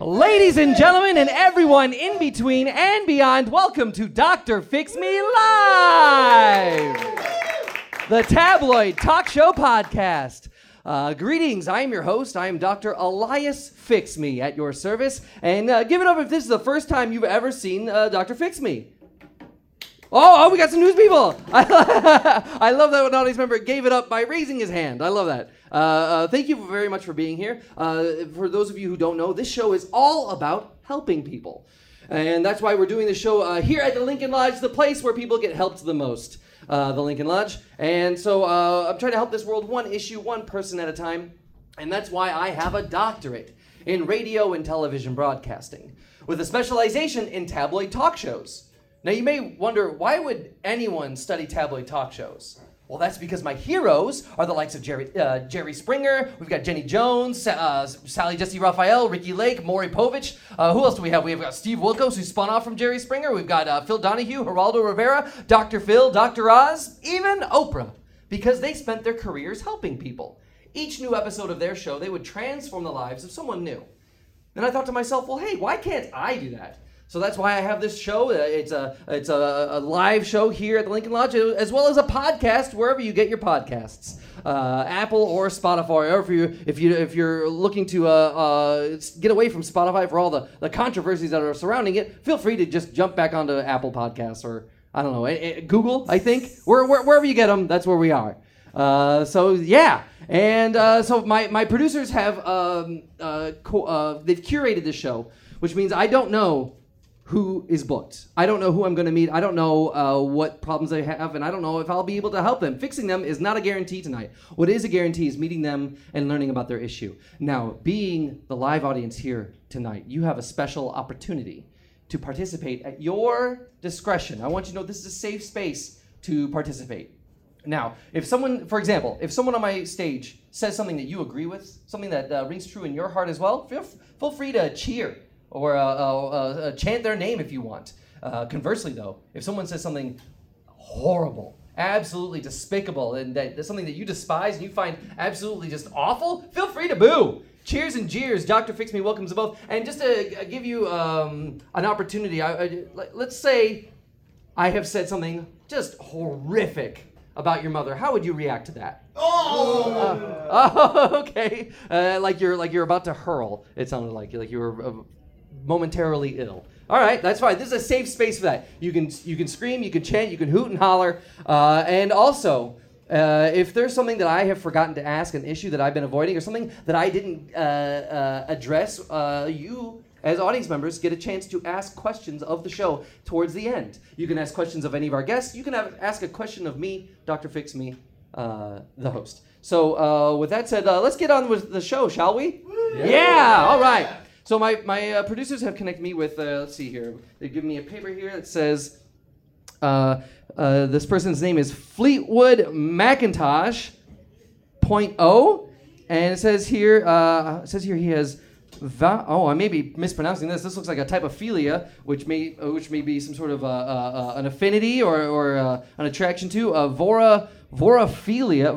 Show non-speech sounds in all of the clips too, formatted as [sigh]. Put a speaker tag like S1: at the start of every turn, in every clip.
S1: and gentlemen, and everyone in between and beyond, welcome to Dr. Fix Me Live, the tabloid talk show podcast. Uh, greetings, I am your host. I am Dr. Elias Fix Me at your service. And uh, give it up if this is the first time you've ever seen uh, Dr. Fix Me. Oh, oh, we got some news people. [laughs] I, I love that an audience member gave it up by raising his hand. I love that. Uh, uh, thank you very much for being here. Uh, for those of you who don't know, this show is all about helping people. And that's why we're doing the show uh, here at the Lincoln Lodge, the place where people get helped the most, uh, the Lincoln Lodge. And so uh, I'm trying to help this world one issue, one person at a time. And that's why I have a doctorate in radio and television broadcasting, with a specialization in tabloid talk shows. Now you may wonder, why would anyone study tabloid talk shows? Well, that's because my heroes are the likes of Jerry, uh, Jerry Springer. We've got Jenny Jones, Sa- uh, Sally Jesse Raphael, Ricky Lake, Maury Povich. Uh, who else do we have? We've got Steve Wilkos, who spun off from Jerry Springer. We've got uh, Phil Donahue, Geraldo Rivera, Dr. Phil, Dr. Oz, even Oprah because they spent their careers helping people. Each new episode of their show, they would transform the lives of someone new. And I thought to myself, well, hey, why can't I do that? So that's why I have this show. Uh, It's a it's a, a live show here at the Lincoln Lodge, uh, as well as a podcast wherever you get your podcasts, uh, Apple or Spotify. Or if you if you if you're looking to uh, uh, s- get away from Spotify for all the, the controversies that are surrounding it, feel free to just jump back onto Apple Podcasts or I don't know eh, eh, Google. I think where, where, wherever you get them, that's where we are. Uh, so yeah, and uh, so my, my producers have um, uh, co- uh, they've curated the show, which means I don't know who is booked. I don't know who I'm going to meet. I don't know uh, what problems they have, and I don't know if I'll be able to help them. Fixing them is not a guarantee tonight. What is a guarantee is meeting them and learning about their issue. Now, being the live audience here tonight, you have a special opportunity to participate at your discretion. I want you to know this is a safe space to participate. Now, if someone, for example, if someone on my stage says something that you agree with, something that uh, rings true in your heart as well, feel, feel free to cheer or uh, uh, uh, chant their name if you want. Uh, conversely, though, if someone says something horrible, absolutely despicable, and that, that's something that you despise and you find absolutely just awful, feel free to boo. Cheers and jeers. Doctor Fix Me welcomes them both. And just to uh, give you um, an opportunity, I, I, let- let's say I have said something just horrific about your mother. How would you react to that? [laughs] Oh, okay. Uh, like you're like you're about to hurl. It sounded like like you were uh, momentarily ill. All right, that's fine. This is a safe space for that. You can you can scream, you can chant, you can hoot and holler, uh, and also. Uh, if there's something that I have forgotten to ask, an issue that I've been avoiding, or something that I didn't uh, uh, address, uh, you as audience members get a chance to ask questions of the show towards the end. You can ask questions of any of our guests. You can have, ask a question of me, Dr. Fix Me, uh, the host. So, uh, with that said, uh, let's get on with the show, shall we? Yeah. All right. So my my uh, producers have connected me with. Uh, let's see here. They give me a paper here that says, uh, uh, this person's name is Fleetwood McIntosh. 0.0 oh, and it says here uh, it says here he has va- oh I may be mispronouncing this this looks like a type of philia which may uh, which may be some sort of uh, uh, uh, an affinity or, or uh, an attraction to uh, vora vorophilia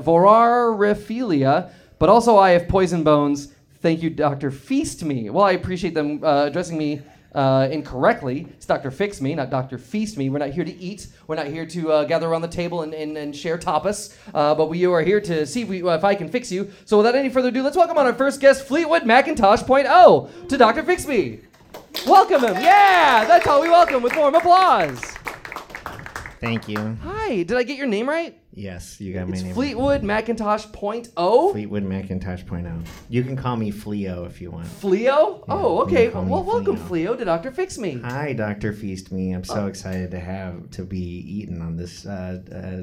S1: vorariphilia but also I have poison bones thank you Dr. Feast me well I appreciate them uh, addressing me uh, incorrectly. It's Dr. Fix Me, not Dr. Feast Me. We're not here to eat. We're not here to uh, gather around the table and, and, and share tapas. Uh, but we are here to see if, we, uh, if I can fix you. So without any further ado, let's welcome on our first guest, Fleetwood Macintosh.0, to Dr. Fix Me. Welcome him. Yeah, that's how we welcome with warm applause.
S2: Thank you.
S1: Hi, did I get your name right?
S2: Yes, you got my
S1: It's
S2: name.
S1: Fleetwood Macintosh.0.
S2: Fleetwood Macintosh point oh. You can call me Fleo if you want.
S1: Fleo? Oh, okay.
S2: you call me
S1: Well, welcome,
S2: Fleo.
S1: Fleo, to Dr. Fix Me.
S2: Hi, Doctor Feast Me. I'm
S1: Oh.
S2: so excited to have to be eaten on this uh,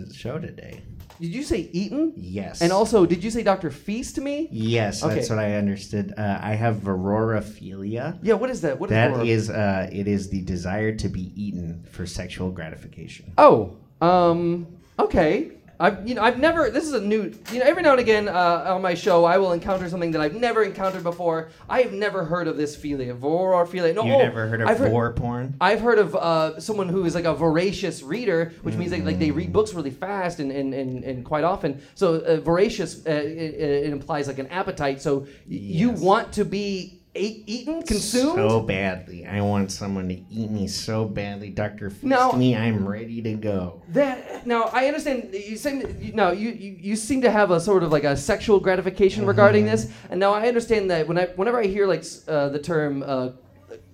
S2: uh, show today.
S1: Did you say Eaton?
S2: Yes.
S1: And also, did you say Dr. Feast Me?
S2: Yes, that's
S1: Okay.
S2: what I understood. Uh, I have verorophilia.
S1: Yeah, what is that? What is
S2: That
S1: Aurora?
S2: is, uh, it is the desire to be eaten for sexual gratification.
S1: Oh, um, okay. I've you know I've never. This is a new. You know, every now and again uh, on my show, I will encounter something that I've never encountered before. I have never heard of this philia, vorophilia. No,
S2: You
S1: oh,
S2: never heard of
S1: I've
S2: vor porn?
S1: I've heard of uh, someone who is like a voracious reader, which means like, like they
S2: Mm.
S1: read books really fast and, and, and, and quite often. So uh, voracious uh, it, it implies like an appetite. So y- you
S2: Yes.
S1: want to be ate, eaten, consumed?
S2: so badly. I want someone to eat me so badly, Doctor. Feast
S1: No.
S2: me. I'm ready to go.
S1: That now I understand you seem you, no you, you you seem to have a sort of like a sexual
S2: Mm-hmm.
S1: gratification regarding this, and now I understand that when I whenever I hear like s- uh, the term uh,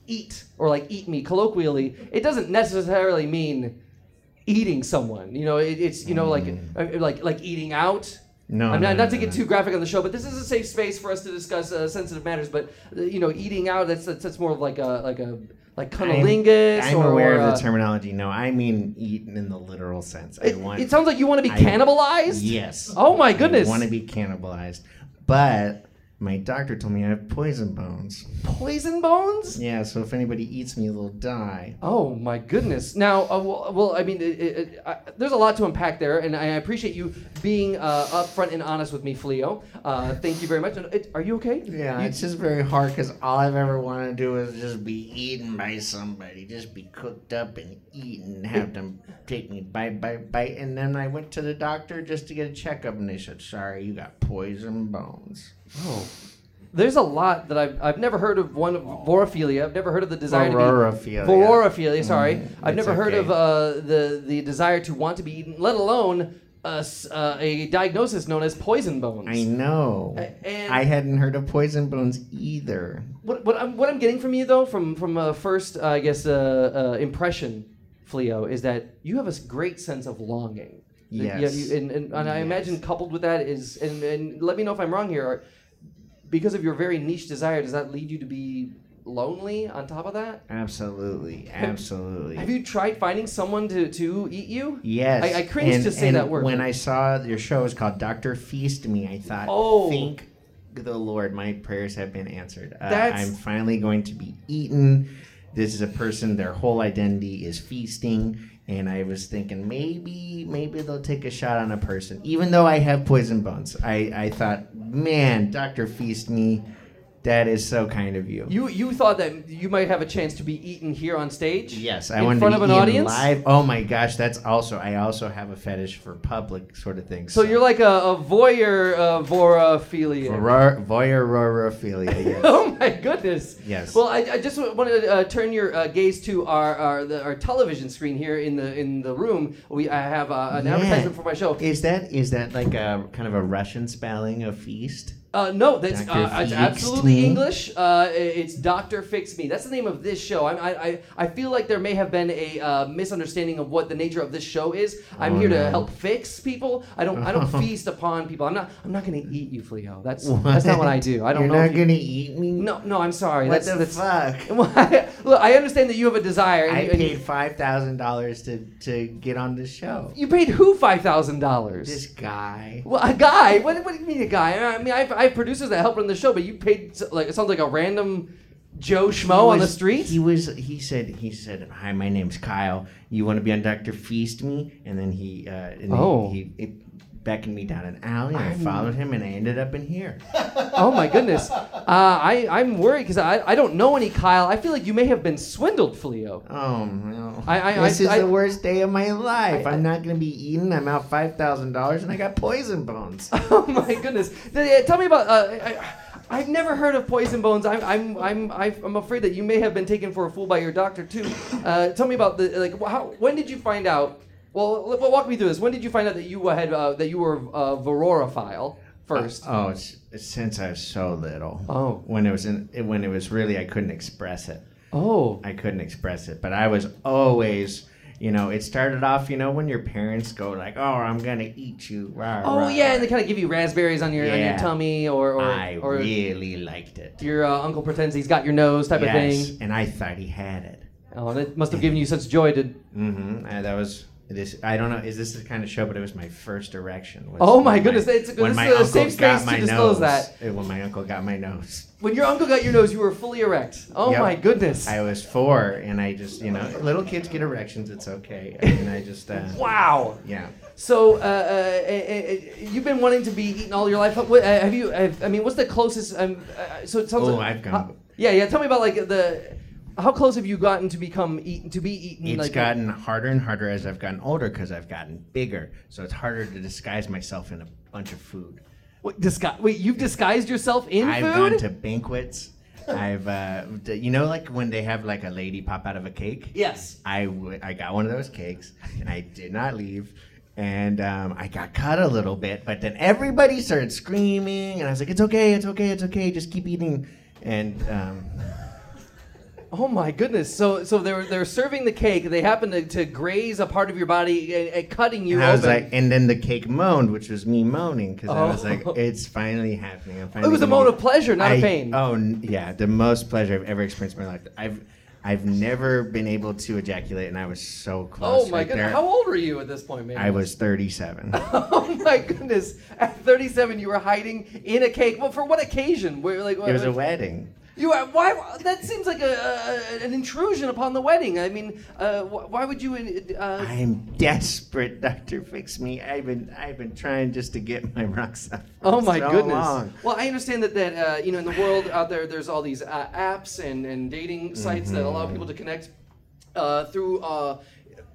S1: eat or like eat me colloquially, it doesn't necessarily mean eating someone. You know, it, it's you know like uh, like like eating out.
S2: Mm. No,
S1: I'm
S2: no,
S1: not, not
S2: no,
S1: to
S2: no,
S1: get
S2: no.
S1: too graphic on the show, but this is a safe space for us to discuss uh, sensitive matters. But uh, you know, eating out that's that's, that's more of like a like a like
S2: I'm,
S1: cunnilingus.
S2: I'm
S1: or,
S2: aware of
S1: or, uh,
S2: the terminology. No, I mean eaten in the literal sense. I
S1: It,
S2: want.
S1: it sounds like you want to be
S2: I-
S1: cannibalized.
S2: Yes.
S1: Oh my goodness.
S2: I want to be cannibalized, but my doctor told me I have poison bones.
S1: Poison bones?
S2: Yeah, so if anybody eats me, they'll die.
S1: Oh my goodness! Now, uh, well, well, I mean, it, it, it, I, there's a lot to unpack there, and I appreciate you being uh, upfront and honest with me, Fleo. Uh, thank you very much. And it- are you okay?
S2: Yeah,
S1: You-
S2: it's just very hard because all I've ever wanted to do is just be eaten by somebody, just be cooked up and eaten, have them take me bite, bite, bite. And then I went to the doctor just to get a checkup, and they said, "Sorry, you got poison bones."
S1: oh. There's a lot that I've, I've never heard of. One vorophilia. I've never heard of the desire
S2: Vorophilia. Mm,
S1: to be vorophilia. Sorry, I've
S2: it's
S1: never heard
S2: okay.
S1: of uh, the the desire to want to be eaten, let alone a, s- uh, a diagnosis known as poison bones.
S2: I know.
S1: A- and-
S2: I hadn't heard of poison bones either.
S1: What, what, I'm, what I'm getting from you though, from from uh, first uh, I guess uh, uh, impression, Fleo, is that you have a s- great sense of longing. That you-
S2: Yes.
S1: you- and and, and I imagine coupled with that is, and, and let me know if I'm wrong here, are- because of your very niche desire, does that lead you to be lonely? On top of that,
S2: Absolutely, absolutely.
S1: have you tried finding someone to, to eat you?
S2: Yes.
S1: I, I cringe
S2: and-
S1: to say
S2: and
S1: that word.
S2: When I saw your show is called Doctor Feast Me, I thought,
S1: Oh.
S2: oh, thank the Lord, my prayers have been answered. Uh,
S1: That's-
S2: I'm finally going to be eaten. This is a person; their whole identity is feasting. And I was thinking maybe, maybe they'll take a shot on a person, even though I have poison bones. I, I thought, man, Doctor Feast Me, that is so kind of you.
S1: you you thought that you might have a chance to be eaten here on stage?
S2: Yes, I
S1: in
S2: wanted
S1: front
S2: to
S1: of
S2: be
S1: an
S2: eaten
S1: audience.
S2: live. Oh my gosh, that's also I also have a fetish for public sort of things.
S1: So you're like a, a voyeur uh, vorophilia.
S2: Voyeur- Voyeurophilia, yes.
S1: [laughs] Oh my goodness!
S2: Yes.
S1: Well, I, I just wanted to uh, turn your uh, gaze to our our, the, our television screen here in the in the room. We I have uh, an
S2: Yeah.
S1: advertisement for my show.
S2: Is that is that like a kind of a Russian spelling of feast?
S1: Uh, no, that's
S2: Dr.
S1: uh, it's
S2: Fix
S1: absolutely
S2: Me.
S1: English. Uh, it's Doctor Fix Me. That's the name of this show. I I, I, I feel like there may have been a uh, misunderstanding of what the nature of this show is. I'm
S2: Oh,
S1: here to
S2: no.
S1: help fix people. I don't
S2: [laughs]
S1: I don't feast upon people. I'm not I'm not going to eat you, Fleo. That's that's not what I do. I don't
S2: You're
S1: know.
S2: not
S1: if you-
S2: gonna eat me.
S1: no, no, I'm sorry.
S2: What
S1: that's
S2: the
S1: that's,
S2: fuck?
S1: [laughs] Well, I, look, I understand that you have a desire. And
S2: I
S1: you, and
S2: paid five thousand dollars to to get on this show.
S1: you paid who five thousand dollars?
S2: This guy.
S1: Well, a guy. What, what do you mean a guy? I mean, I have, I have producers that help run the show, but you paid s- like it sounds like a random Joe Schmo
S2: He
S1: on the
S2: was-
S1: street.
S2: He was. He said. He said, "Hi, my name's Kyle. You want to be on Doctor Feast Me?" And then he. Uh, and
S1: Oh.
S2: He, he, beckoned me down an alley, and I followed him, and I ended up in here.
S1: oh
S2: [laughs]
S1: my goodness. Uh, I I'm worried because I, I don't know any Kyle. I feel like you may have been swindled, Fleo.
S2: Oh no!
S1: I- I-
S2: this
S1: I-
S2: is
S1: I-
S2: the worst day of my life. I, am not gonna be eaten. I'm out five thousand dollars, and I got poison bones.
S1: [laughs] Oh my goodness. Th- uh, Tell me about. Uh, I, I- I've never heard of poison bones. I'm, I'm, I'm, I've- I'm afraid that you may have been taken for a fool by your doctor too. Uh, tell me about the like. wh- How, when did you find out? Well, l- well, walk me through this. When did you find out that you had uh, that you were uh, vororophile first?
S2: [laughs] oh, it's, it's since I was so little.
S1: Oh.
S2: when it was in, it- when it was really, I couldn't express it.
S1: oh,
S2: I couldn't express it, but I was always. You know, it started off, you know, when your parents go like, "Oh, I'm gonna eat you." Rah,
S1: oh
S2: rah,
S1: yeah, and
S2: rah."
S1: they kind of give you raspberries on your on your
S2: Yeah.
S1: tummy or or,
S2: I
S1: or
S2: really liked it.
S1: your uh, uncle pretends he's got your nose type of
S2: Yes,
S1: thing.
S2: and I thought he had it.
S1: Oh, that must have given you such joy to.
S2: Mm-hmm. Uh, that was this. I don't know. Is this the kind of show? But it was my first erection. was
S1: Oh my
S2: when
S1: goodness, it's- this is a safe
S2: got
S1: space to
S2: my nose.
S1: disclose that.
S2: Uh, When my uncle got my nose,
S1: When your uncle got your nose, you were fully erect. Oh
S2: Yep.
S1: my goodness.
S2: I was four, and I just you know, little kids get erections. It's okay. And I just uh,
S1: [laughs] Wow.
S2: yeah.
S1: So uh, uh, eh, eh, you've been wanting to be eaten all your life. What, uh, have you? Have, I mean, what's the closest? Um, uh, so it sounds
S2: Oh,
S1: like.
S2: I've gone-
S1: how- yeah, yeah. Tell me about like the. How close have you gotten to become eaten? To be eaten?
S2: It's
S1: like,
S2: gotten harder and harder as I've gotten older because I've gotten bigger. So it's harder to disguise myself in a bunch of food.
S1: Wait, disgu- wait, you've disguised yourself in
S2: I've
S1: food.
S2: gone to banquets. I've, uh, d- you know, like when they have like a lady pop out of a cake.
S1: Yes.
S2: I, w- I got one of those cakes and I did not leave. And um, I got cut a little bit, but then everybody started screaming, and I was like, "It's okay, it's okay, it's okay. Just keep eating." And um,
S1: Oh my goodness! So so they're they're serving the cake. They happen to, to graze a part of your body and, and cutting you
S2: and I was
S1: open.
S2: like, and then the cake moaned, which was me moaning because I was like,
S1: Oh. [laughs]
S2: "It's finally happening." I'm
S1: it
S2: finally
S1: was a
S2: gonna
S1: mode
S2: get-
S1: of pleasure, not
S2: I-
S1: a pain.
S2: Oh n- yeah, the most pleasure I've ever experienced in my life. I've I've never been able to ejaculate, and I was so close.
S1: Oh my
S2: right
S1: goodness!
S2: there.
S1: How old were you at this point, man?
S2: I was
S1: [laughs]
S2: 37.
S1: oh my goodness! At 37, you were hiding in a cake. Well, for what occasion? Were like
S2: it was a wedding.
S1: You are, why? That seems like a, a an intrusion upon the wedding. I mean, uh, wh- why would you? Uh,
S2: I'm desperate, Doctor. Fix me. I've been I've been trying just to get my [laughs] rocks off. for
S1: oh my
S2: so
S1: goodness!
S2: long.
S1: Well, I understand that that uh, you know in the world out there, there's all these uh, apps and and dating sites that allow people to
S2: Mm-hmm.
S1: connect uh, through. Uh,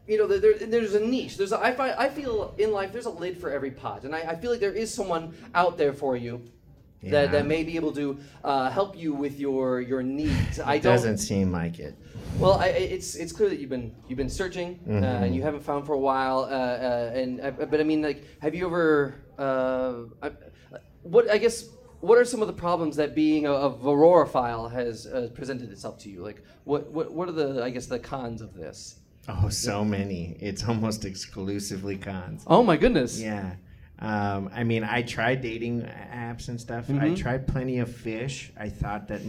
S1: you know, there, there- there's a niche. There's a, I, find, I feel in life there's a lid for every pot, and I, I feel like there is someone out there for you
S2: Yeah.
S1: that, that may be able to uh, help you with your your needs. I
S2: It
S1: don't.
S2: doesn't seem like it.
S1: Well, I, I- it's it's clear that you've been you've been searching uh,
S2: Mm-hmm.
S1: and you haven't found for a while. Uh, uh, and uh, but I mean, like, have you ever? Uh, I, what I guess what are some of the problems that being a, a varorophile has uh, presented itself to you? Like, what, what what are the I guess the cons of this?
S2: Oh, so many. It's almost exclusively cons.
S1: Oh my goodness!
S2: Yeah. Um, I mean, I tried dating apps and stuff.
S1: Mm-hmm.
S2: I tried plenty of fish. I thought that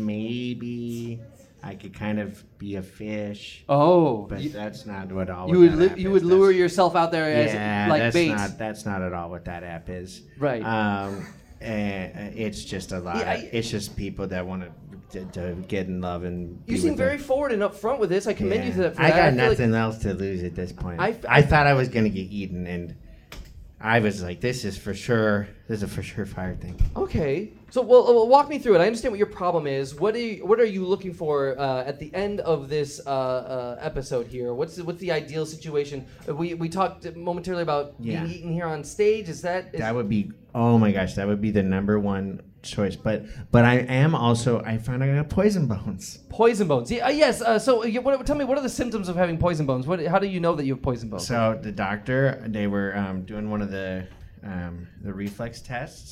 S2: maybe I could kind of be a fish,
S1: Oh,
S2: but
S1: you,
S2: that's not what all.
S1: you
S2: what
S1: would
S2: that
S1: lu-
S2: app
S1: you
S2: is.
S1: would
S2: That's-
S1: lure yourself out there as
S2: yeah,
S1: like
S2: that's
S1: bait.
S2: not that's not at all what that app is.
S1: Right.
S2: Um, and uh, it's just a lot.
S1: Yeah, I-
S2: it's just people that want to, to get in love and.
S1: you
S2: be
S1: seem
S2: with them.
S1: very forward and upfront with this. I commend you
S2: Yeah.
S1: for that. For
S2: I
S1: that.
S2: got
S1: feel like-
S2: nothing else to lose at this point.
S1: I
S2: I
S1: f-
S2: thought I was gonna get eaten, and I was like, "This is for sure. This is a for sure fire thing."
S1: Okay. So, well, uh, well, walk me through it. I understand what your problem is. What are you, what are you looking for uh, at the end of this uh, uh, episode here? What's the, what's the ideal situation? Uh, We we talked momentarily about
S2: Yeah.
S1: being eaten here on stage. Is that is,
S2: That would be. Oh my gosh, that would be the number one choice. But but I am also. I found out I got poison bones.
S1: poison bones? Yeah, uh, yes. Uh, so, uh, you- what, tell me, what are the symptoms of having poison bones? What, how do you know that you have poison bones?
S2: So the doctor, they were um, doing one of the um, the reflex tests,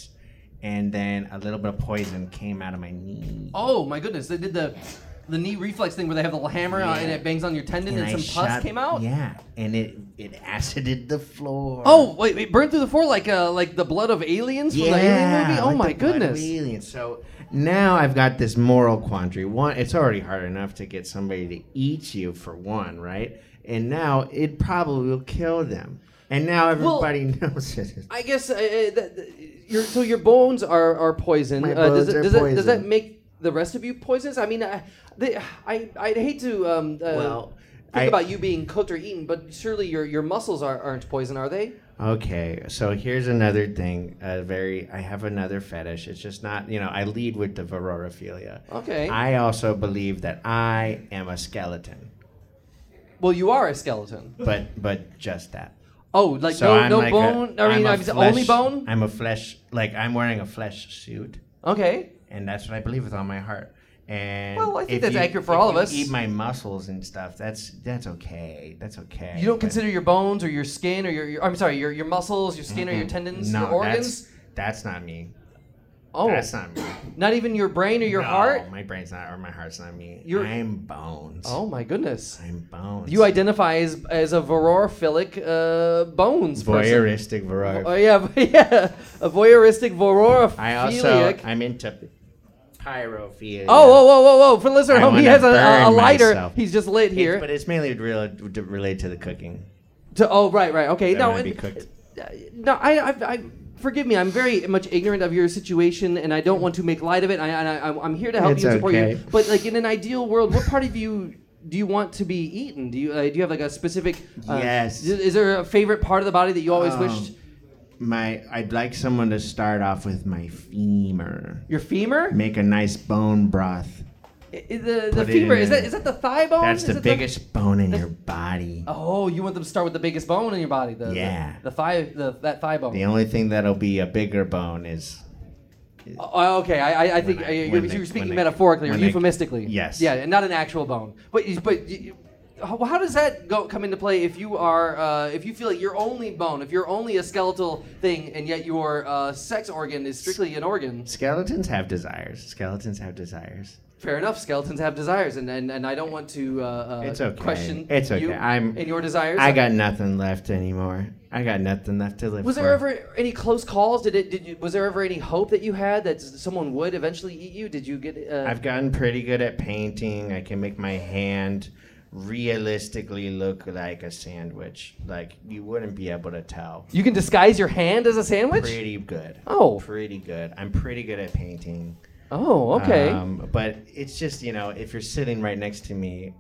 S2: and then a little bit of poison came out of my knee.
S1: oh my goodness! They did the the knee reflex thing where they have the little hammer uh, and it bangs on your tendon and, some pus
S2: shot-
S1: came out.
S2: Yeah, and it it acided the floor.
S1: Oh wait, it burned through the floor like uh, like the blood of aliens from the alien movie. Oh
S2: like
S1: my
S2: the blood
S1: goodness!
S2: Alien. So now I've got this moral quandary. One, it's already hard enough to get somebody to eat you for one, right? And now it probably will kill them. And now
S1: Well-
S2: everybody [laughs] knows it.
S1: I guess uh, uh, that, that- your so your bones are are poisoned.
S2: My
S1: Uh, does,
S2: bones
S1: it-
S2: are
S1: does, That, does that
S2: poisoned.
S1: make the rest of you poisonous? I mean, I they, I I'd hate to um, uh,
S2: Well,
S1: think
S2: I-
S1: about you being cooked or eaten, but surely your your muscles are, aren't poison, are they?
S2: Okay, so here's another thing. A very, I have another fetish. It's just not, you know, I lead with the vororophilia.
S1: Okay.
S2: I also believe that I am a skeleton,
S1: well, you are a skeleton.
S2: but but just that.
S1: Oh, like
S2: So
S1: no
S2: I'm
S1: no
S2: like a-
S1: bone. I mean,
S2: I'm a
S1: I'm only
S2: flesh-
S1: bone.
S2: I'm a flesh. Like I'm wearing a flesh suit,
S1: Okay.
S2: and that's what I believe with all my heart. And
S1: Well, I think
S2: if
S1: that's
S2: you-
S1: accurate for
S2: if
S1: all of
S2: you
S1: us.
S2: Eat my muscles and stuff. That's that's okay. That's okay.
S1: You don't
S2: but-
S1: consider your bones or your skin or your, your I'm sorry, your, your muscles, your skin or your tendons,
S2: no,
S1: your organs.
S2: That's, that's not me.
S1: Oh,
S2: That's not me.
S1: not even your brain or your
S2: No,
S1: heart.
S2: My brain's not, or my heart's not me.
S1: You're-
S2: I'm bones.
S1: Oh my goodness.
S2: I'm bones.
S1: You identify as, as a vororophilic uh, bones person.
S2: voyeuristic variety.
S1: Oh yeah, [laughs] yeah, a voyeuristic vororophilic.
S2: I also, I'm into pyrophilia.
S1: oh, whoa, whoa, whoa, whoa! For the listener,
S2: I
S1: at home, he
S2: wanna
S1: has a, a, a
S2: burn
S1: lighter.
S2: myself.
S1: He's just lit
S2: It's-
S1: here.
S2: but it's mainly rel- d- related to the cooking.
S1: To- oh, right, right, okay.
S2: I
S1: no,
S2: wanna
S1: and-
S2: be cooked.
S1: uh, no, I, I, I, forgive me. I'm very much ignorant of your situation, and I don't want to make light of it. I, I, I- I'm here to help
S2: It's
S1: you and support
S2: okay.
S1: you. But like in an ideal world, what part of you? Do you want to be eaten? Do you uh, do you have like a specific? Uh,
S2: Yes.
S1: Is, is there a favorite part of the body that you always
S2: Um,
S1: wished?
S2: My, I'd like someone to start off with my femur.
S1: Your femur.
S2: Make a nice bone broth.
S1: I- The, the
S2: Put it
S1: femur
S2: in
S1: is that
S2: there.
S1: is that the thigh bone?
S2: That's
S1: Is
S2: the
S1: it
S2: biggest bone in your body.
S1: Oh, you want them to start with the biggest bone in your body. The, the-
S2: Yeah.
S1: The, thigh, the, that thigh bone.
S2: The only thing that'll be a bigger bone is
S1: Oh, okay, I, I- I think
S2: When I- when
S1: uh, you're,
S2: they-
S1: you're speaking
S2: when they-
S1: metaphorically or
S2: when they-
S1: euphemistically.
S2: Yes.
S1: Yeah, and not an actual bone. But you- but you, how, how does that go come into play if you are uh, if you feel like you're only bone, if you're only a skeletal thing, and yet your uh, sex organ is strictly an organ?
S2: Skeletons have desires. Skeletons have desires.
S1: Fair enough. Skeletons have desires, and and, and I don't want to uh, uh,
S2: It's okay.
S1: question
S2: It's okay.
S1: you
S2: I'm-
S1: and your desires.
S2: I got nothing left anymore. I got nothing left to live
S1: Was
S2: for.
S1: there ever any close calls? Did it? Did you, was there ever any hope that you had that s- someone would eventually eat you? Did you get? Uh,
S2: I've gotten pretty good at painting. I can make my hand realistically look like a sandwich. Like you wouldn't be able to tell.
S1: you can disguise your hand as a sandwich.
S2: Pretty good.
S1: Oh.
S2: Pretty good. I'm pretty good at painting.
S1: Oh, okay.
S2: Um, but it's just, you know, if you're sitting right next to me,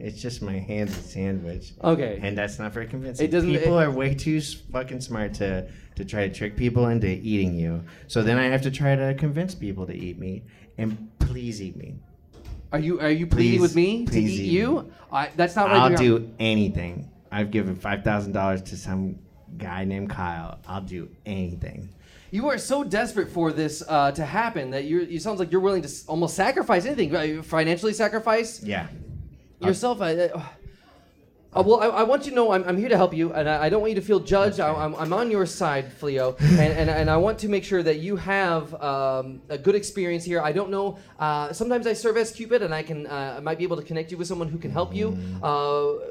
S2: it's just my hand's a sandwich.
S1: Okay.
S2: And that's not very convincing.
S1: It doesn't-
S2: people
S1: it-
S2: are way too s- fucking smart to, to try to trick people into eating you. So then I have to try to convince people to eat me and please eat me.
S1: Are you are you pleading
S2: Please-
S1: with me to
S2: please
S1: eat
S2: eat
S1: you? I, that's not what
S2: I'll
S1: I
S2: do anything. I've given $5,000 to some guy named Kyle. I'll do anything.
S1: You are so desperate for this uh, to happen that you you sounds like you're willing to s- almost sacrifice anything, uh, financially sacrifice
S2: Yeah.
S1: yourself. I, I, uh, well, I, I want you to know I'm, I'm here to help you, and I, I don't want you to feel judged. I, I'm, I'm on your side, Fleo, and, and, and I want to make sure that you have um, a good experience here. I don't know. Uh, sometimes I serve as Cupid, and I can uh, I might be able to connect you with someone who can help you. Uh,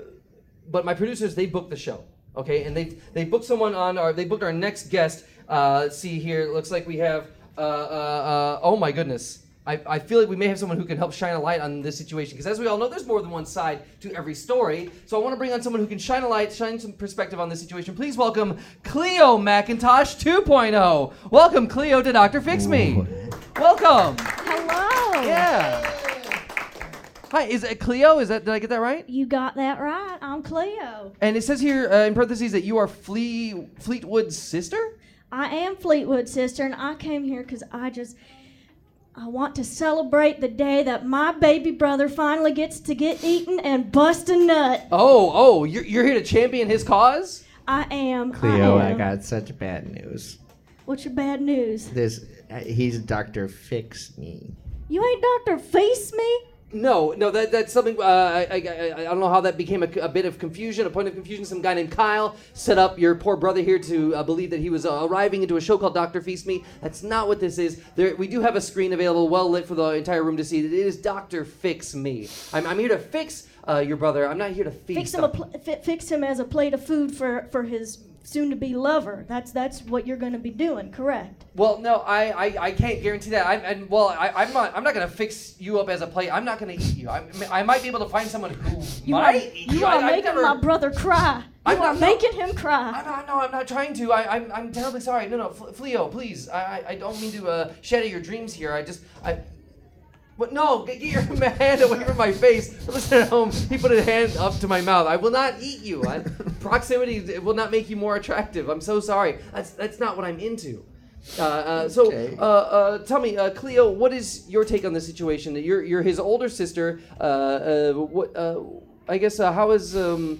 S1: but my producers they booked the show, okay, and they they booked someone on our they booked our next guest. Uh, let's see here, it looks like we have. Uh, uh, uh, oh my goodness. I, I feel like we may have someone who can help shine a light on this situation because, as we all know, there's more than one side to every story. So I want to bring on someone who can shine a light, shine some perspective on this situation. Please welcome Cleo McIntosh 2.0. Welcome, Cleo, to Doctor Fix Me. Welcome.
S3: Hello.
S1: Yeah. Hi, is it Cleo? Is that did I get that right?
S3: You got that right. I'm Cleo.
S1: And it says here uh, in parentheses that you are Flea Fleetwood's sister.
S3: I am Fleetwood sister, and I came here because I just I want to celebrate the day that my baby brother finally gets to get eaten and bust a nut.
S1: Oh, oh, you're, you're here to champion his cause.
S3: I am.
S2: Cleo,
S3: I
S2: I
S3: am.
S2: got such bad news.
S3: What's your bad news?
S2: This, uh, he's Dr. Fix Me.
S3: You ain't Doctor Feast me.
S1: No, no, that, that's something. Uh, I, I, I, I don't know how that became a, a bit of confusion, a point of confusion. Some guy named Kyle set up your poor brother here to uh, believe that he was uh, arriving into a show called Doctor Feast Me. That's not what this is. There, we do have a screen available, well lit for the entire room to see. It is Doctor Fix Me. I'm, I'm here to fix uh, your brother. I'm not here to feast.
S3: Fix him a
S1: on-
S3: pl- fi- fix him as a plate of food for for his soon-to-be lover. That's that's what you're going to be doing, correct?
S1: Well, no, I, I, I can't guarantee that. I'm and well, I, I'm not I'm not gonna fix you up as a plate. I'm not gonna eat you. I, I might be able to find someone who
S3: You
S1: might.
S3: are,
S1: eat
S3: you
S1: I-
S3: are
S1: I've
S3: making
S1: never-
S3: my brother cry. You
S1: I'm
S3: are
S1: not-
S3: making him cry.
S1: I'm not, no, I'm not trying to. I, I'm, I'm terribly sorry. No, no, F- Fleo, please. I, I- I don't mean to uh, shatter your dreams here. I just, I. But no, get, get your [laughs] hand away from my face. Listen at home. He put his hand up to my mouth. I will not eat you. I, proximity it will not make you more attractive. I'm so sorry. That's that's not what I'm into. Uh, uh, so,
S2: Okay.
S1: uh, uh, tell me, uh, Cleo, what is your take on the situation? You're you're his older sister. Uh, uh, what? Uh, I guess uh, how is um,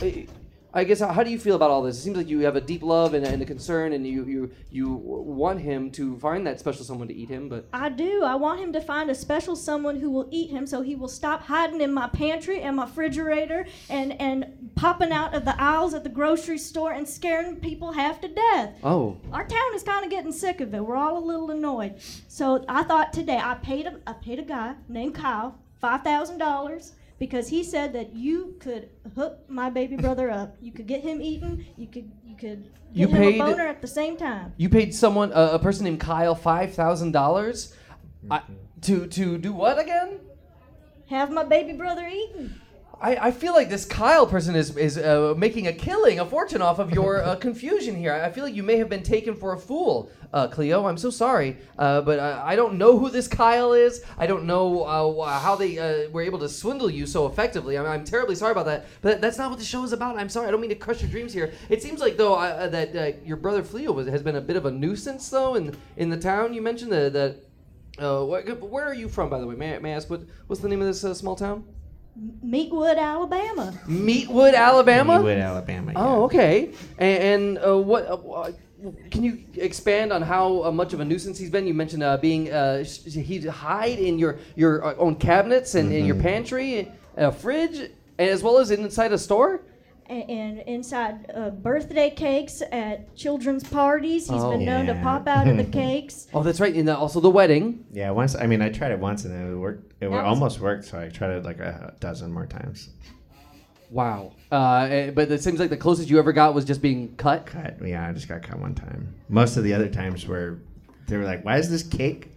S1: I- I guess how do you feel about all this? It seems like you have a deep love and, and a concern, and you you you want him to find that special someone to eat him. But
S3: I do. I want him to find a special someone who will eat him so he will stop hiding in my pantry and my refrigerator and, and popping out of the aisles at the grocery store and scaring people half to death.
S1: oh,
S3: Our town is kind of getting sick of it. We're all a little annoyed. So I thought today I paid a, I paid a guy named Kyle $5,000 because he said that you could hook my baby brother up. You could get him eaten. You could you could get
S1: You
S3: him
S1: paid-
S3: a boner at the same time.
S1: you paid someone uh, a person named Kyle five thousand dollars, to to do what again?
S3: Have my baby brother eaten.
S1: I, I feel like this Kyle person is is uh, making a killing, a fortune off of your uh, confusion here. I feel like you may have been taken for a fool, uh, Cleo. I'm so sorry, uh, but I, I don't know who this Kyle is. I don't know uh, wh- how they uh, were able to swindle you so effectively. I'm, I'm terribly sorry about that, but that's not what the show is about. I'm sorry. I don't mean to crush your dreams here. It seems like though uh, that uh, your brother Fleo was, has been a bit of a nuisance though in in the town. You mentioned that. that uh, wh- where are you from, by the way? May, I- may I ask what, what's the name of this uh, small town?
S3: Meatwood, Alabama.
S1: Meatwood, Alabama.
S2: Meatwood, Alabama. yeah.
S1: Oh, okay. And, and uh, what? Uh, Can you expand on how uh, much of a nuisance he's been? You mentioned uh, being uh, sh- he'd hide in your your uh, own cabinets and in your
S2: Mm-hmm.
S1: pantry, a fridge, as well as inside a store.
S3: and, and inside uh, birthday cakes at children's parties. he's
S1: Oh.
S3: been known to
S2: Yeah.
S3: pop out
S1: [laughs]
S3: of the cakes.
S1: Oh, that's right, and uh, also the wedding.
S2: Yeah, once I mean I tried it once and it worked. It
S3: That was-
S2: almost worked, so I tried it like a dozen more times.
S1: Wow. Uh, eh, but it seems like the closest you ever got was just being cut.
S2: Cut. Yeah, I just got cut one time. Most of the other times were they were like, "Why is this cake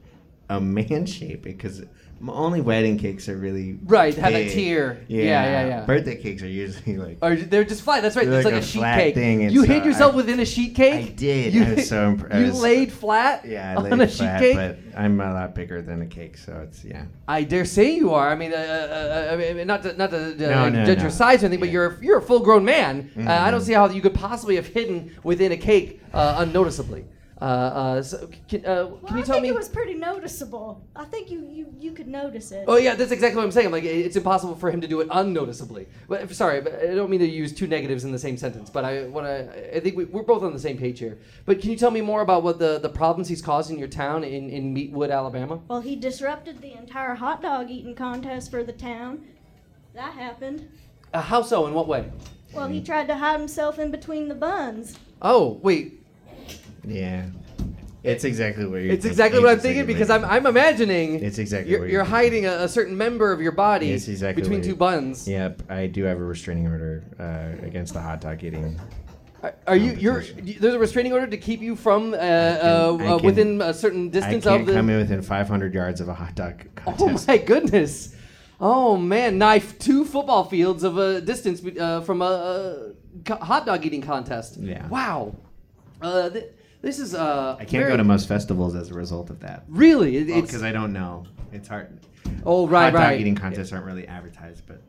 S2: a man [laughs] shape?" Because m- only wedding cakes are really
S1: Right, have that
S2: big.
S1: tier. Yeah, yeah, yeah. Oh,
S2: Birthday cakes are usually [laughs] like.
S1: Or they're just flat. That's right.
S2: They're
S1: It's like,
S2: like
S1: a,
S2: a
S1: sheet
S2: flat
S1: cake.
S2: thing, and
S1: you
S2: so
S1: hid yourself
S2: I-
S1: within a sheet cake.
S2: I did.
S1: You,
S2: I was so impressed.
S1: You laid flat. [laughs]
S2: Yeah, I
S1: on
S2: laid
S1: a
S2: flat,
S1: sheet cake.
S2: but I'm a lot bigger than a cake, so it's yeah.
S1: I dare say you are. I mean, uh, uh, uh, I mean not to, not to
S2: No,
S1: uh,
S2: no,
S1: judge
S2: no.
S1: your size or anything, but
S2: Yeah. Mm-hmm.
S1: you're you're a full grown man. Uh, I don't see how you could possibly have hidden within a cake uh, unnoticeably. Uh, uh, so c- can, uh, can
S3: Well,
S1: you
S3: I
S1: tell
S3: think
S1: me?
S3: it was pretty noticeable. I think you you, you could notice it.
S1: Oh yeah, that's exactly what I'm saying. I'm like, it's impossible for him to do it unnoticeably. But sorry, but I don't mean to use two negatives in the same sentence. But I want to. I think we, we're both on the same page here. But can you tell me more about what the, the problems he's caused in your town in in Meatwood, Alabama?
S3: Well, he disrupted the entire hot dog eating contest for the town. That happened.
S1: Uh, how so? In what way?
S3: Well,
S1: Hmm.
S3: he tried to hide himself in between the buns.
S1: Oh wait,
S2: Yeah. It's exactly what you're
S1: It's exactly what I'm thinking because I'm, I'm imagining
S2: It's exactly
S1: you're,
S2: what
S1: you're,
S2: you're
S1: hiding a, a certain member of your body
S2: It's exactly
S1: between
S2: what you-
S1: two buns.
S2: Yep, I do have a restraining order uh, against the hot dog eating.
S1: Are, are you you're
S2: Competition.
S1: there's a restraining order to keep you from uh, uh,
S2: I
S1: uh,
S2: can-
S1: within a certain
S2: I
S1: distance of
S2: can't
S1: the. [laughs]
S2: come in within 500 yards of a hot dog
S1: oh
S2: contest.
S1: my goodness! Oh man, knife two football fields of a distance be- uh, from a, a co- hot dog eating contest.
S2: Yeah.
S1: Wow. Uh, th- this is uh.
S2: I can't go to most festivals as a result of that.
S1: Really, it, it's
S2: Because I don't know. It's hard.
S1: oh right
S2: hot dog
S1: right.
S2: eating contests aren't really advertised, but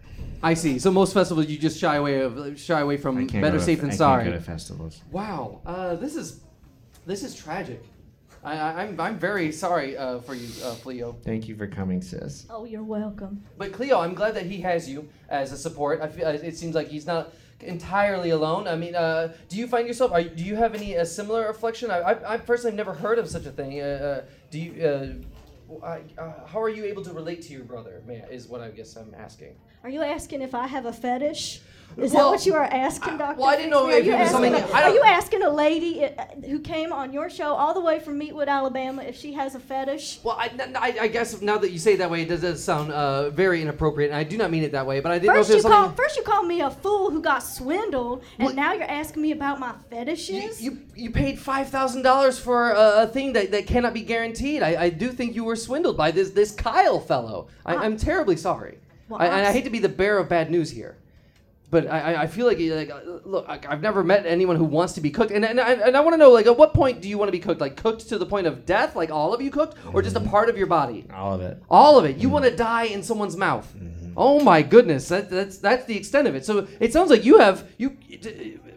S1: I see. So most festivals you just shy away of shy away
S2: I
S1: from
S2: can't
S1: Mm, better
S2: go to,
S1: safe
S2: I
S1: than
S2: can't
S1: sorry.
S2: go to festivals.
S1: Wow, uh, this is this is tragic. I, I, I'm I'm very sorry uh, for you, uh, Cleo.
S2: Thank you for coming, sis.
S3: Oh, you're welcome.
S1: But Cleo, I'm glad that he has you as a support. I feel, uh, it seems like he's not entirely alone. I mean, uh, do you find yourself? Are, you- do you have any uh, similar affliction? I, I, I personally have never heard of such a thing. Uh, uh, do you? Uh, w- I- uh, how are you able to relate to your brother? ma- Is what I guess I'm asking.
S3: Are you asking if I have a fetish? Is
S1: Well,
S3: that what you are asking,
S1: I-
S3: Doctor?
S1: well, I didn't know if it was
S2: something-
S1: I
S3: are
S1: don't-
S3: you asking a lady uh, who came on your show all the way from Meatwood, Alabama, if she has a fetish?
S1: Well, I, n- I, I guess now that you say it that way, it does, does sound uh, very inappropriate, and I do not mean it that way. But I didn't
S3: First
S1: know
S3: you
S1: if there's
S3: call
S1: something.
S3: first you call me a fool who got swindled, and
S1: What-
S3: now you're asking me about my fetishes.
S1: You, you, you paid five thousand dollars for a, a thing that, that cannot be guaranteed. I, I do think you were swindled by this this Kyle fellow. I,
S3: Ah.
S1: I'm terribly sorry.
S3: Well,
S1: I, and I
S3: I'm-
S1: hate to be the bearer of bad news here, but I, I- I feel like, like uh, look, I- I've never met anyone who wants to be cooked, and and, I- and I want to know like at what point do you want to be cooked? Like cooked to the point of death, like all of you cooked, or just a part of your body?
S2: All of it.
S1: All of it. You want to die in someone's mouth.
S2: Mm-hmm.
S1: Oh my goodness. That, that's that's the extent of it. So it sounds like you have you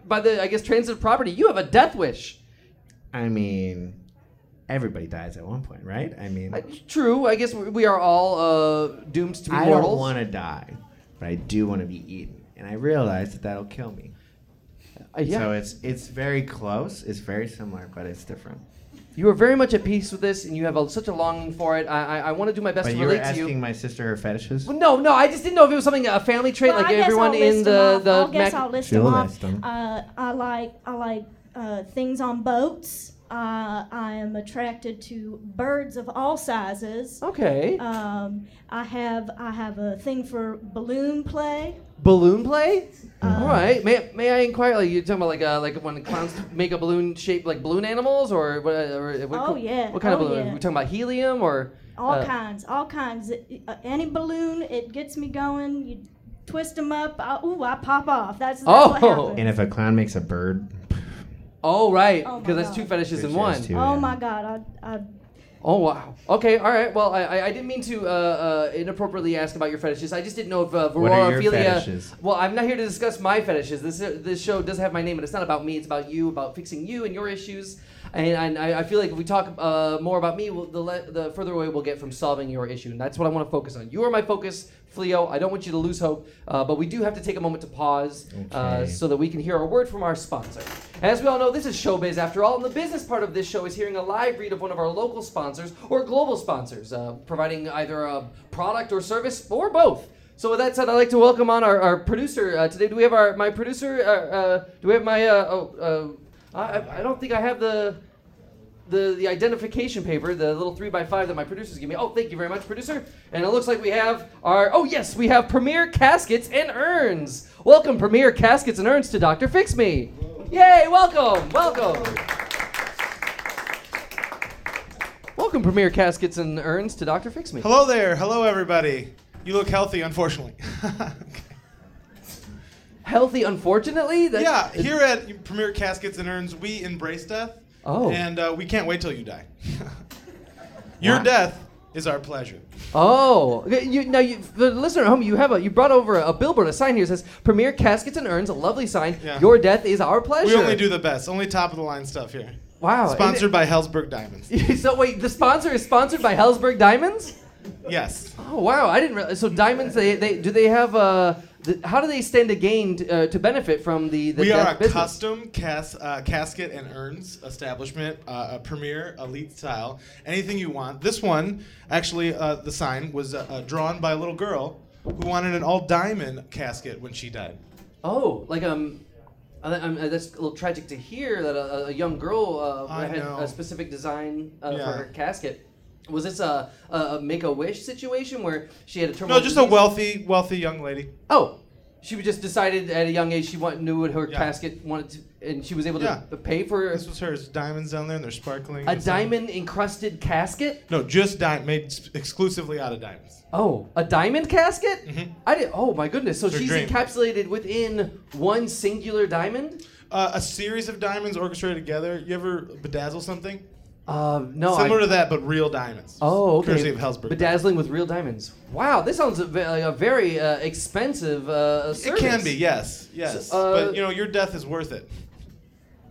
S1: by the I guess transitive property. You have a death wish.
S2: I mean, everybody dies at one point, right? I mean,
S1: Uh, True. I guess we we are all uh, doomed to be
S2: I
S1: mortals.
S2: don't want to die, but I do want to be eaten, and I realize that that'll kill me.
S1: Uh, yeah.
S2: So it's it's very close. It's very similar, but it's different.
S1: you are very much at peace with this, and you have a, such a longing for it. I I, I want to do my best
S2: but
S1: to
S2: you were
S1: relate to
S2: asking
S1: you.
S2: my sister her fetishes.
S1: Well, no, no. I just didn't know if it was something a family trait,
S3: Well,
S1: like
S3: I guess
S1: everyone
S3: I'll
S1: in
S3: list
S1: the
S3: them
S1: the.
S3: off. I guess
S1: Mac-
S3: I'll list
S2: She'll
S3: them off.
S2: list them.
S3: Uh, I like I like uh, things on boats. Uh, I am attracted to birds of all sizes.
S1: okay.
S3: Um, I have I have a thing for balloon play.
S1: balloon play.
S3: Uh-huh.
S1: All right. May, may I inquire? Like you're talking about like uh, like when clowns make a balloon shaped like balloon animals or what? Or, what
S3: Oh,
S1: co-
S3: yeah.
S1: What kind of
S3: Oh,
S1: balloon?
S3: yeah.
S1: We're talking about helium or
S3: All
S1: uh,
S3: kinds, all kinds. Uh, any balloon, it gets me going. You twist them up. I, ooh, I pop off. That's, that's what
S1: Oh.
S3: happens.
S2: And if a clown makes a bird,
S1: Oh right,
S3: Oh, my
S1: because that's two
S3: God.
S1: fetishes in
S2: Fetishes,
S1: one.
S2: too.
S3: Oh
S2: Yeah.
S3: my God! I, I
S1: Oh wow. Okay. All right. Well, I, I, I didn't mean to uh, uh, inappropriately ask about your fetishes. I just didn't know if uh,
S2: What are your
S1: Varroa Ophelia.
S2: fetishes?
S1: Well, I'm not here to uh, discuss my fetishes. This this show does have my name, and it's not about me. It's about you, about fixing you and your issues. And, and I, I feel like if we talk uh, more about me, we'll, the, le- the further away we'll get from solving your issue. And that's what I want to focus on. You are my focus, Fleo. I don't want you to lose hope, uh, but we do have to take a moment to pause uh,
S2: Okay.
S1: so that we can hear a word from our sponsor. As we all know, this is Showbiz after all, and the business part of this show is hearing a live read of one of our local sponsors or global sponsors, uh, providing either a product or service or both. So with that said, I'd like to welcome on our, our producer uh, today. Do we have our my producer? Uh, uh, do we have my? Uh, oh, uh, I, I- I don't think I have the the, the identification paper, the little three by five that my producers give me. Oh, thank you very much, producer. And it looks like we have our oh yes, we have Premier Caskets and Urns. Welcome, Premier Caskets and Urns, to Doctor Fix Me. Yay! Welcome, welcome. Welcome, Premier Caskets and Urns, to Doctor Fix Me.
S4: Hello there. Hello, everybody. You look healthy, unfortunately. [laughs]
S1: Healthy, unfortunately. That-
S4: yeah, here at Premier Caskets and Urns, we embrace death.
S1: Oh.
S4: And uh, we can't wait till you die. [laughs] Your death is our pleasure.
S1: Oh, you, now you, the listener at home, you have a you brought over a, billboard, a sign here that says "Premier Caskets and Urns," a lovely sign.
S4: Yeah.
S1: Your death is our pleasure. Oh,
S4: We only do the best, only top of the line stuff here.
S1: Wow.
S4: Sponsored by Hellsberg Diamonds.
S1: [laughs] so wait, the sponsor is sponsored by Hellsberg Diamonds.
S4: yes.
S1: Oh wow, I didn't. Realize, so diamonds, they, they do they have uh, the, how do they stand to gain t- uh, to benefit from the the
S4: we
S1: death
S4: are a
S1: business?
S4: custom cas- uh, casket and urns establishment, uh, a premier elite style. Anything you want. This one, actually, uh, the sign was uh, uh, drawn by a little girl who wanted an all diamond casket when she died.
S1: Oh, like um. I, I'm, uh, that's a little tragic to hear that a, a young girl uh,
S4: I
S1: had
S4: know.
S1: a specific design uh,
S4: Yeah.
S1: for her casket. Was this a, a, a make a wish situation where she had a terminal?
S4: No, just a
S1: disease?
S4: wealthy, wealthy young lady.
S1: Oh, she just decided at a young age she want, knew what her
S4: Yeah.
S1: casket wanted to, and she was able
S4: Yeah.
S1: to pay for
S4: This was hers. Diamonds down there, and they're sparkling.
S1: a
S4: It's like-
S1: diamond encrusted casket.
S4: No, just diamond, made s- exclusively out of diamonds.
S1: Oh, a diamond casket?
S4: Mhm.
S1: I did. Oh my goodness! So
S4: It's her
S1: she's
S4: dream.
S1: encapsulated within one singular diamond.
S4: Uh, a series of diamonds orchestrated together. You ever bedazzle something?
S1: Uh, no,
S4: Similar
S1: I,
S4: to that, but real diamonds.
S1: Oh, okay.
S4: Courtesy of Hellsberg.
S1: Bedazzling with real diamonds. Wow, this sounds a, ve- like a very uh, expensive uh,
S4: it
S1: service.
S4: can be, yes, yes.
S1: So, uh,
S4: but you know, your death is worth it.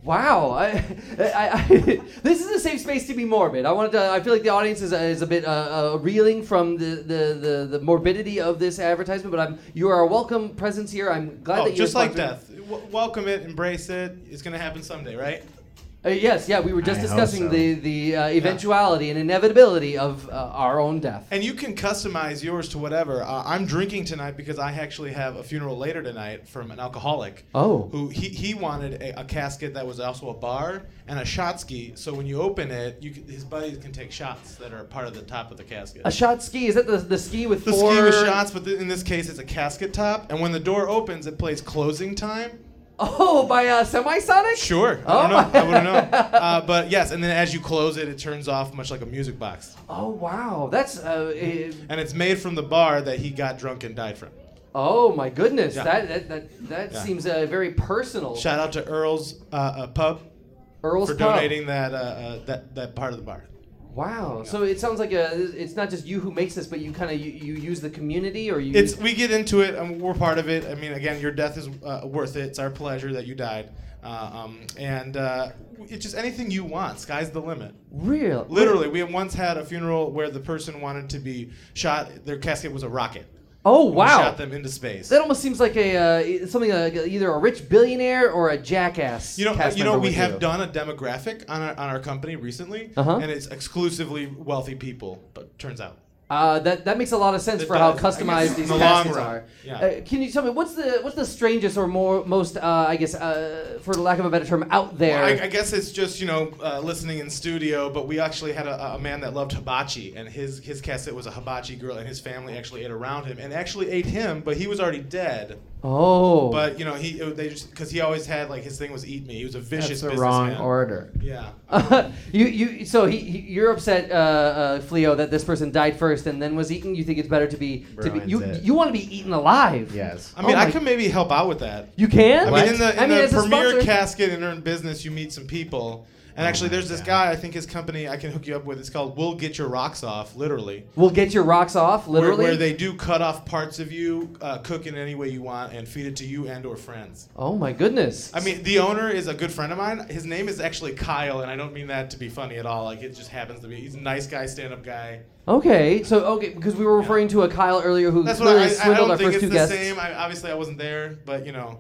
S1: Wow, I, [laughs] I, I, [laughs] this is a safe space to be morbid. I wanted to. I feel like the audience is, is a bit uh, uh, reeling from the, the, the, the morbidity of this advertisement, but I'm you are a welcome presence here. I'm glad
S4: Oh,
S1: that you
S4: just like
S1: sponsored-
S4: death. W- welcome it, embrace it. It's gonna happen someday, right?
S1: Uh, yes, yeah, we were just
S2: I hope
S1: discussing
S2: so.
S1: the the uh, eventuality and inevitability of uh, our own death.
S4: And you can customize yours to whatever. Uh, I'm drinking tonight because I actually have a funeral later tonight from an alcoholic.
S1: Oh.
S4: Who he, he wanted a, a casket that was also a bar and a shot ski. So when you open it, you can, his buddies can take shots that are part of the top of the casket.
S1: A shot ski is that the, the ski with
S4: the
S1: four
S4: ski with shots, but th- in this case, it's a casket top. And when the door opens, it plays closing time.
S1: Oh, by uh, semisonic.
S4: Sure.
S1: Oh
S4: I don't know. I
S1: my-
S4: wouldn't know. Uh, but yes, and then as you close it, it turns off much like a music box.
S1: Oh wow, that's uh, eh,
S4: And it's made from the bar that he got drunk and died from.
S1: oh my goodness.
S4: Yeah.
S1: That that that, that
S4: Yeah.
S1: seems uh, very personal.
S4: Shout out to Earl's uh, uh, Pub
S1: Earl's
S4: for
S1: Pub.
S4: donating that, uh, uh, that that part of the bar.
S1: Wow. So it sounds like a, it's not just you who makes this, but you kind of you, you use the community or you.
S4: It's we get into it and we're part of it. I mean, again, your death is uh, worth it. It's our pleasure that you died, uh, um, and uh, it's just anything you want. Sky's the limit.
S1: real.
S4: Literally, we once had a funeral where the person wanted to be shot. Their casket was a rocket.
S1: Oh
S4: We
S1: wow.
S4: shot them into space.
S1: That almost seems like a uh, i- something like either a rich billionaire or a jackass.
S4: You know, uh,
S1: cast
S4: you know,
S1: member
S4: we
S1: would
S4: have
S1: do.
S4: done a demographic on our, on our company recently,
S1: Uh-huh.
S4: and it's exclusively wealthy people. But turns out,
S1: Uh, that that makes a lot of sense
S4: It
S1: for how
S4: does, I guess,
S1: customized
S4: in
S1: these
S4: the long
S1: caskets
S4: run.
S1: are.
S4: Yeah.
S1: Uh, can you tell me what's the what's the strangest or more most uh, I guess uh, for lack of a better term out there?
S4: Well, I, I guess it's just you know uh, listening in studio. But we actually had a, a man that loved hibachi, and his his cassette was a hibachi girl, and his family actually ate around him and actually ate him, but he was already dead.
S1: oh,
S4: But you know, he it- they just because he always had like his thing was eat me. He was a vicious
S2: That's the wrong
S4: businessman.
S2: order.
S4: yeah.
S1: [laughs]
S4: [laughs]
S1: you you so he, he you're upset, uh, uh, Fleo, that this person died first and then was eaten. You think it's better to be to be
S2: Ruins
S1: you
S2: it.
S1: you want to be eaten alive?
S2: Yes.
S4: I mean,
S1: Oh
S4: I
S1: my-
S4: can maybe help out with that.
S1: You can.
S4: I
S2: What?
S4: mean, in the, in
S1: I mean,
S4: the
S1: as a
S4: premier
S1: sponsor-
S4: casket and earn business, you meet some people, And actually, there's this guy. I think his company I can hook you up with. It's called "We'll Get Your Rocks Off," literally.
S1: We'll get your rocks off,
S4: Where,
S1: literally.
S4: where they do cut off parts of you, uh, cook in any way you want, and feed it to you and or friends.
S1: oh my goodness.
S4: I mean, the owner is a good friend of mine. His name is actually Kyle, and I don't mean that to be funny at all. Like it just happens to be. He's a nice guy, stand-up guy.
S1: okay, so okay, because we were referring to a Kyle earlier who
S4: That's what
S1: clearly
S4: I, I, I
S1: swindled
S4: don't
S1: our
S4: think
S1: first
S4: it's
S1: two
S4: the
S1: guests.
S4: same. I, obviously, I wasn't there, but you know,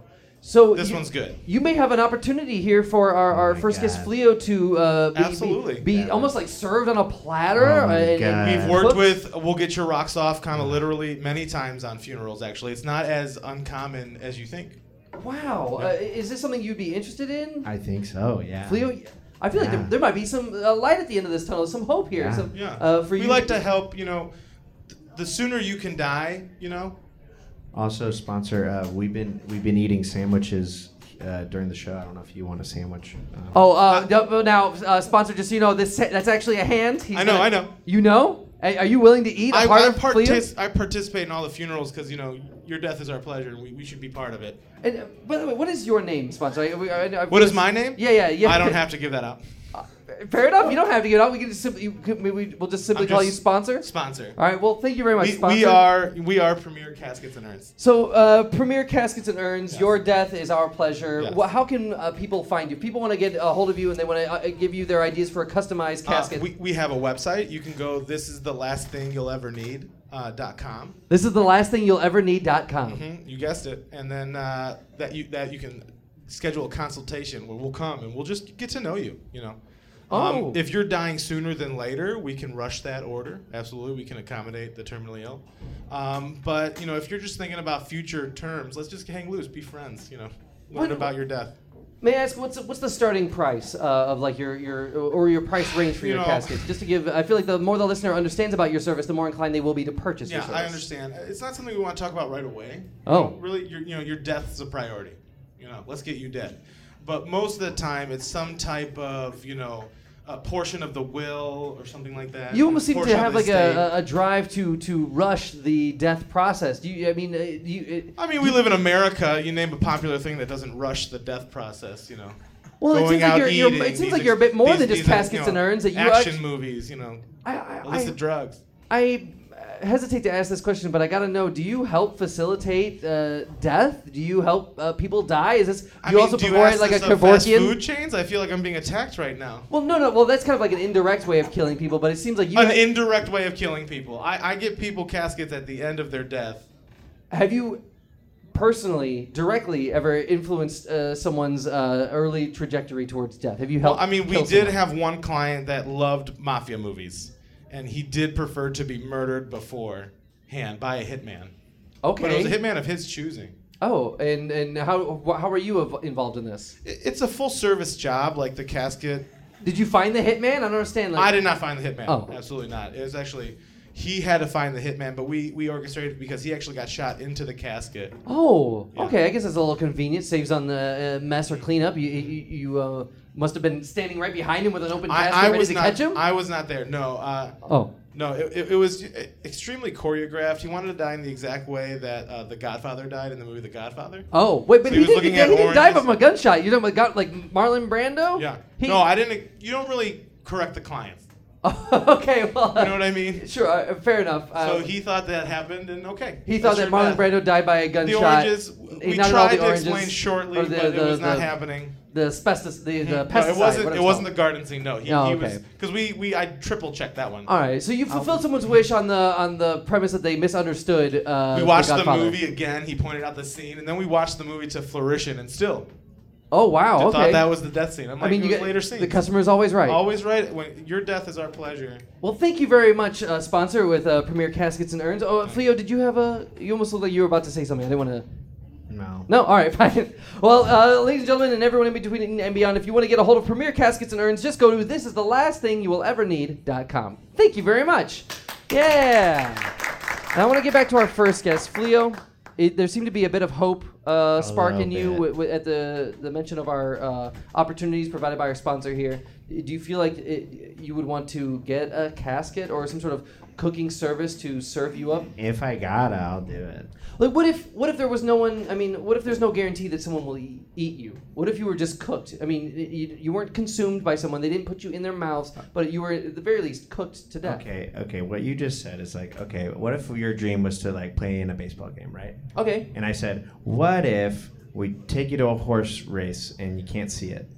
S1: So
S4: this
S1: you-
S4: one's good.
S1: You may have an opportunity here for our, our
S2: Oh my
S1: first guest,
S2: God.
S1: Fleo, to uh, be, be-
S4: Absolutely.
S1: be,
S2: Yeah.
S1: almost like served on a platter.
S2: Oh my
S1: and- and-
S2: God.
S4: We've
S2: Uh,
S4: worked
S1: cooked.
S4: with "We'll Get Your Rocks Off" kind of literally many times on funerals. Actually, it's not as uncommon as you think.
S1: Wow, uh, is this something you'd be interested in,
S2: I think so. Yeah.
S1: Fleo? I feel like there,
S2: Yeah.
S1: there might be some uh, light at the end of this tunnel, some hope here.
S2: Yeah.
S1: Some,
S4: Yeah,
S1: uh, for
S4: we
S1: you
S4: like to help. You know, th- the sooner you can die, you know.
S2: Also, sponsor. Uh, we've been we've been eating sandwiches uh, during the show. I don't know if you want a sandwich. Um,
S1: Oh, uh, no- no, now uh, sponsor, just so you know, this that's actually a hand. He's
S4: I know,
S1: gonna-
S4: I know.
S1: You know? A- Are you willing to eat a
S4: I,
S1: part
S4: I,
S1: of Fleo?
S4: partic- I participate in all the funerals because you know your death is our pleasure, and we, we should be part of it.
S1: And, uh, by the way, what is your name, sponsor? I- we- I- I-
S4: What is my name?
S1: Yeah, yeah, yeah.
S4: I don't have to give that up.
S1: [laughs] Fair enough. You don't have to get out. We can just simply, you could- we- we- we'll just simply
S4: I'm
S1: call
S4: just-
S1: you sponsor.
S4: Sponsor.
S1: All right. Well, thank you very much,
S4: We,
S1: sponsor.
S4: we are we are Premier Caskets and Urns.
S1: So, uh, Premier Caskets and Urns,
S4: Yes.
S1: your death is our pleasure.
S4: Yes.
S1: Wha- how can uh, people find you? If people want to get a hold of you and they want to uh, give you their ideas for a customized
S4: Uh,
S1: casket,
S4: we, we have a website. You can go. This is the last thing you'll ever need. Uh, dot com.
S1: this is the last thing you'll ever need.com.
S4: Mhm, you guessed it. And then uh, that you that you can schedule a consultation where we'll come and we'll just get to know you. You know. Um,
S1: Oh.
S4: if you're dying sooner than later, we can rush that order. Absolutely, we can accommodate the terminally ill. Um, but you know, if you're just thinking about future terms, let's just hang loose, be friends. You know, learn
S1: What-
S4: about your death.
S1: May I ask what's what's the starting price uh, of like your your or your price range for
S4: You
S1: your
S4: know-
S1: caskets? Just to give, I feel like the more the listener understands about your service, the more inclined they will be to purchase your
S4: Yeah,
S1: service.
S4: I understand. It's not something we want to talk about right away.
S1: Oh.
S4: Really, your, you know, your death is a priority. You know, let's get you dead. But most of the time, it's some type of, you know, a portion of the will or something like that.
S1: You almost seem to
S4: Portion of
S1: have
S4: the
S1: like a,
S4: estate.
S1: a a drive to to rush the death process. Do you? I mean, uh, do you. It,
S4: I mean, we live in America. You name a popular thing that doesn't rush the death process, you know.
S1: Well, it
S4: Going
S1: seems like
S4: out
S1: you're- you're- it
S4: eating,
S1: seems
S4: these
S1: like you're a bit more than just
S4: are,
S1: caskets and urns, that you
S4: action
S1: act-
S4: movies, you know,
S1: I, I,
S4: illicit
S1: I-
S4: drugs.
S1: I hesitate to ask this question, but I gotta know: Do you help facilitate uh, death? Do you help uh, people die? Is this do
S4: I
S1: you
S4: mean,
S1: also
S4: do
S1: provide
S4: ask
S1: like a
S4: this of fast food
S1: Kevorkian?
S4: chains? I feel like I'm being attacked right now.
S1: Well, no, no. Well, that's kind of like an indirect way of killing people, but it seems like you
S4: an
S1: ha-
S4: indirect way of killing people. I, I get people caskets at the end of their death.
S1: have you personally, directly, ever influenced uh, someone's uh, early trajectory towards death? Have you
S4: Well,
S1: helped?
S4: I mean, we
S1: kill
S4: did
S1: someone?
S4: have one client that loved mafia movies, and he did prefer to be murdered beforehand by a hitman.
S1: Okay.
S4: But it was a hitman of his choosing.
S1: Oh, and and how wh- how were you av- involved in this?
S4: I- It's a full service job, like the casket.
S1: Did you find the hitman? I don't understand. Like,
S4: I did not find the hitman.
S1: Oh.
S4: Absolutely not. It was actually. He had to find the hitman, but we, we orchestrated because he actually got shot into the casket.
S1: Oh,
S4: Yeah.
S1: okay. I guess that's a little convenient. Saves on the uh, mess or cleanup. You you, you uh, must have been standing right behind him with an open
S4: I,
S1: casket
S4: I
S1: ready
S4: was
S1: to
S4: not.
S1: catch him.
S4: I was not there. No. Uh,
S1: oh,
S4: No, it, it, it was uh, extremely choreographed. He wanted to die in the exact way that uh, the Godfather died in the movie The Godfather.
S1: oh, wait, but
S4: So he
S1: he,
S4: was
S1: didn't,
S4: looking
S1: he
S4: at
S1: didn't die
S4: oranges.
S1: from a gunshot. You know, about got like Marlon Brando.
S4: Yeah.
S1: He,
S4: No, I didn't. You don't really correct the clients.
S1: [laughs] okay, well,
S4: You know what I mean?
S1: sure, uh, fair enough.
S4: So
S1: Uh,
S4: he thought that happened, and okay.
S1: he thought that
S4: that's
S1: Marlon
S4: your
S1: Brando
S4: death.
S1: died by a
S4: The
S1: gunshot.
S4: oranges.
S1: Eh,
S4: we
S1: not at all
S4: tried
S1: the
S4: to
S1: oranges,
S4: explain shortly,
S1: or
S4: but it was not
S1: the,
S4: happening.
S1: The asbestos, the, the
S4: No,
S1: pesticide.
S4: it wasn't.
S1: whatever
S4: It
S1: it's
S4: wasn't
S1: called.
S4: the garden scene. No, he,
S1: Oh,
S4: he
S1: okay.
S4: was because we, we I triple checked that one.
S1: All right, so you fulfilled someone's wish on the on the premise that they misunderstood. Uh,
S4: We watched the,
S1: Godfather.
S4: movie again. He pointed out the scene, and then we watched the movie to Flourition, and still
S1: Oh wow!
S4: I
S1: okay.
S4: thought that was the death scene. I'm like,
S1: I mean,
S4: it
S1: you
S4: was
S1: get,
S4: later scenes.
S1: the customer is always right.
S4: Always right. When your death is our pleasure.
S1: Well, thank you very much, uh, sponsor with uh, Premier Caskets and Urns. Oh, Fleo, did you have a? You almost looked like you were about to say something. I didn't want to.
S2: no.
S1: No, all right, [laughs] fine. Well, uh, ladies and gentlemen, and everyone in between and beyond, if you want to get a hold of Premier Caskets and Urns, just go to this is the last thing you will ever need.com. Thank you very much. Yeah. Now I want to get back to our first guest, Fleo. It, there seemed to be a bit of hope uh, spark in
S2: little
S1: you
S2: bit.
S1: wi- wi- at the, the mention of our uh, opportunities provided by our sponsor here. Do you feel like it, you would want to get a casket or some sort of cooking service to serve you up?
S2: If I gotta, I'll do it.
S1: Like, what if what if there was no one? I mean, what if there's no guarantee that someone will e- eat you? What if you were just cooked? I mean, you, you weren't consumed by someone. They didn't put you in their mouths, but you were at the very least cooked to death.
S2: Okay, okay. What you just said is like, okay, what if your dream was to like play in a baseball game, right?
S1: Okay.
S2: And I said, what if we take you to a horse race and you can't see it?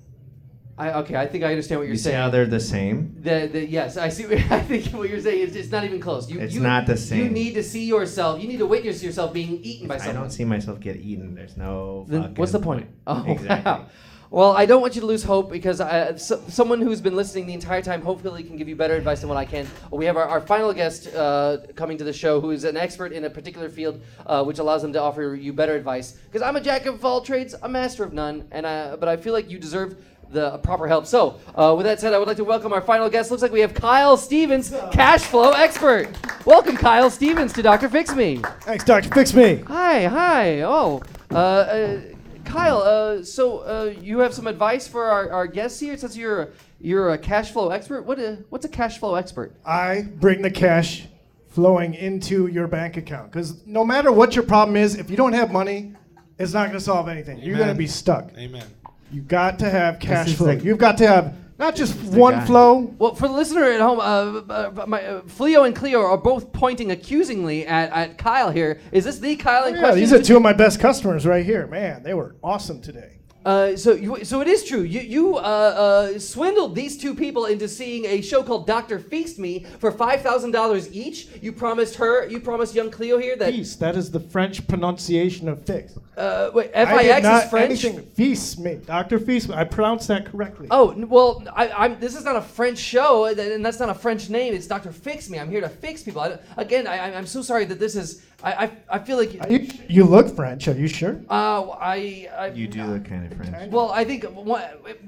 S1: I okay. I think I understand what you're
S2: You see
S1: saying.
S2: how they're the same?
S1: The, the, yes, I see. [laughs] What, I think what you're saying is it's not even close. You,
S2: It's
S1: you-
S2: not the
S1: You
S2: same.
S1: need to see yourself. You need to witness yourself being eaten by
S2: I
S1: someone.
S2: don't see myself get eaten. There's no.
S1: Then what's the
S2: fucking- [laughs]
S1: point? Oh,
S2: Exactly.
S1: wow. Well, I don't want you to lose hope because I, so, someone who's been listening the entire time hopefully can give you better advice than what I can. We have our, our final guest uh, coming to the show who is an expert in a particular field, uh, which allows them to offer you better advice. Because I'm a jack of all trades, a master of none, and I, but I feel like you deserve the proper help. So, uh, with that said, I would like to welcome our final guest. Looks like we have Kyle Stevens, cash flow expert. Welcome, Kyle Stevens, to Doctor Fix Me.
S5: Thanks, Doctor. Fix me.
S1: Hi, hi. Oh, uh, uh, Kyle. Uh, so uh, you have some advice for our, our guests here, since you're a- you're a cash flow expert. What uh what's a cash flow expert?
S5: I bring the cash flowing into your bank account because no matter what your problem is, if you don't have money, it's not going to solve anything. You're
S4: Amen.
S5: going to be stuck.
S4: Amen.
S5: You got to have cash
S2: is
S5: flow.
S2: the-
S5: You've got to have not just
S2: the
S5: one
S2: guy.
S5: flow.
S1: Well, for the listener at home, uh, uh, my, uh, Fleo and Cleo are both pointing accusingly at, at Kyle here. Is this the Kyle in
S5: Yeah,
S1: question?
S5: these are two of my best customers right here. Man, they were awesome today.
S1: Uh, so, you, so it is true. You, you uh, uh, swindled these two people into seeing a show called Doctor Feast Me for five thousand dollars each. You promised her, you promised young Cleo here that
S5: Feast. That is the French pronunciation of fix.
S1: uh, wait,
S5: I did
S1: FIX is
S5: not
S1: French.
S5: anything- Feast me, Doctor Feast. me. I pronounced that correctly.
S1: Oh n- well, I, I'm. This is not a French show, and- and that's not a French name. It's Doctor Fix Me. I'm here to fix people. I, don't- again, I, I'm- I'm so sorry that this is. I, I, I feel like.
S5: Are you, you look French. Are you sure?
S1: Uh, I, I.
S2: You do look kind of French.
S1: Well, I think wha-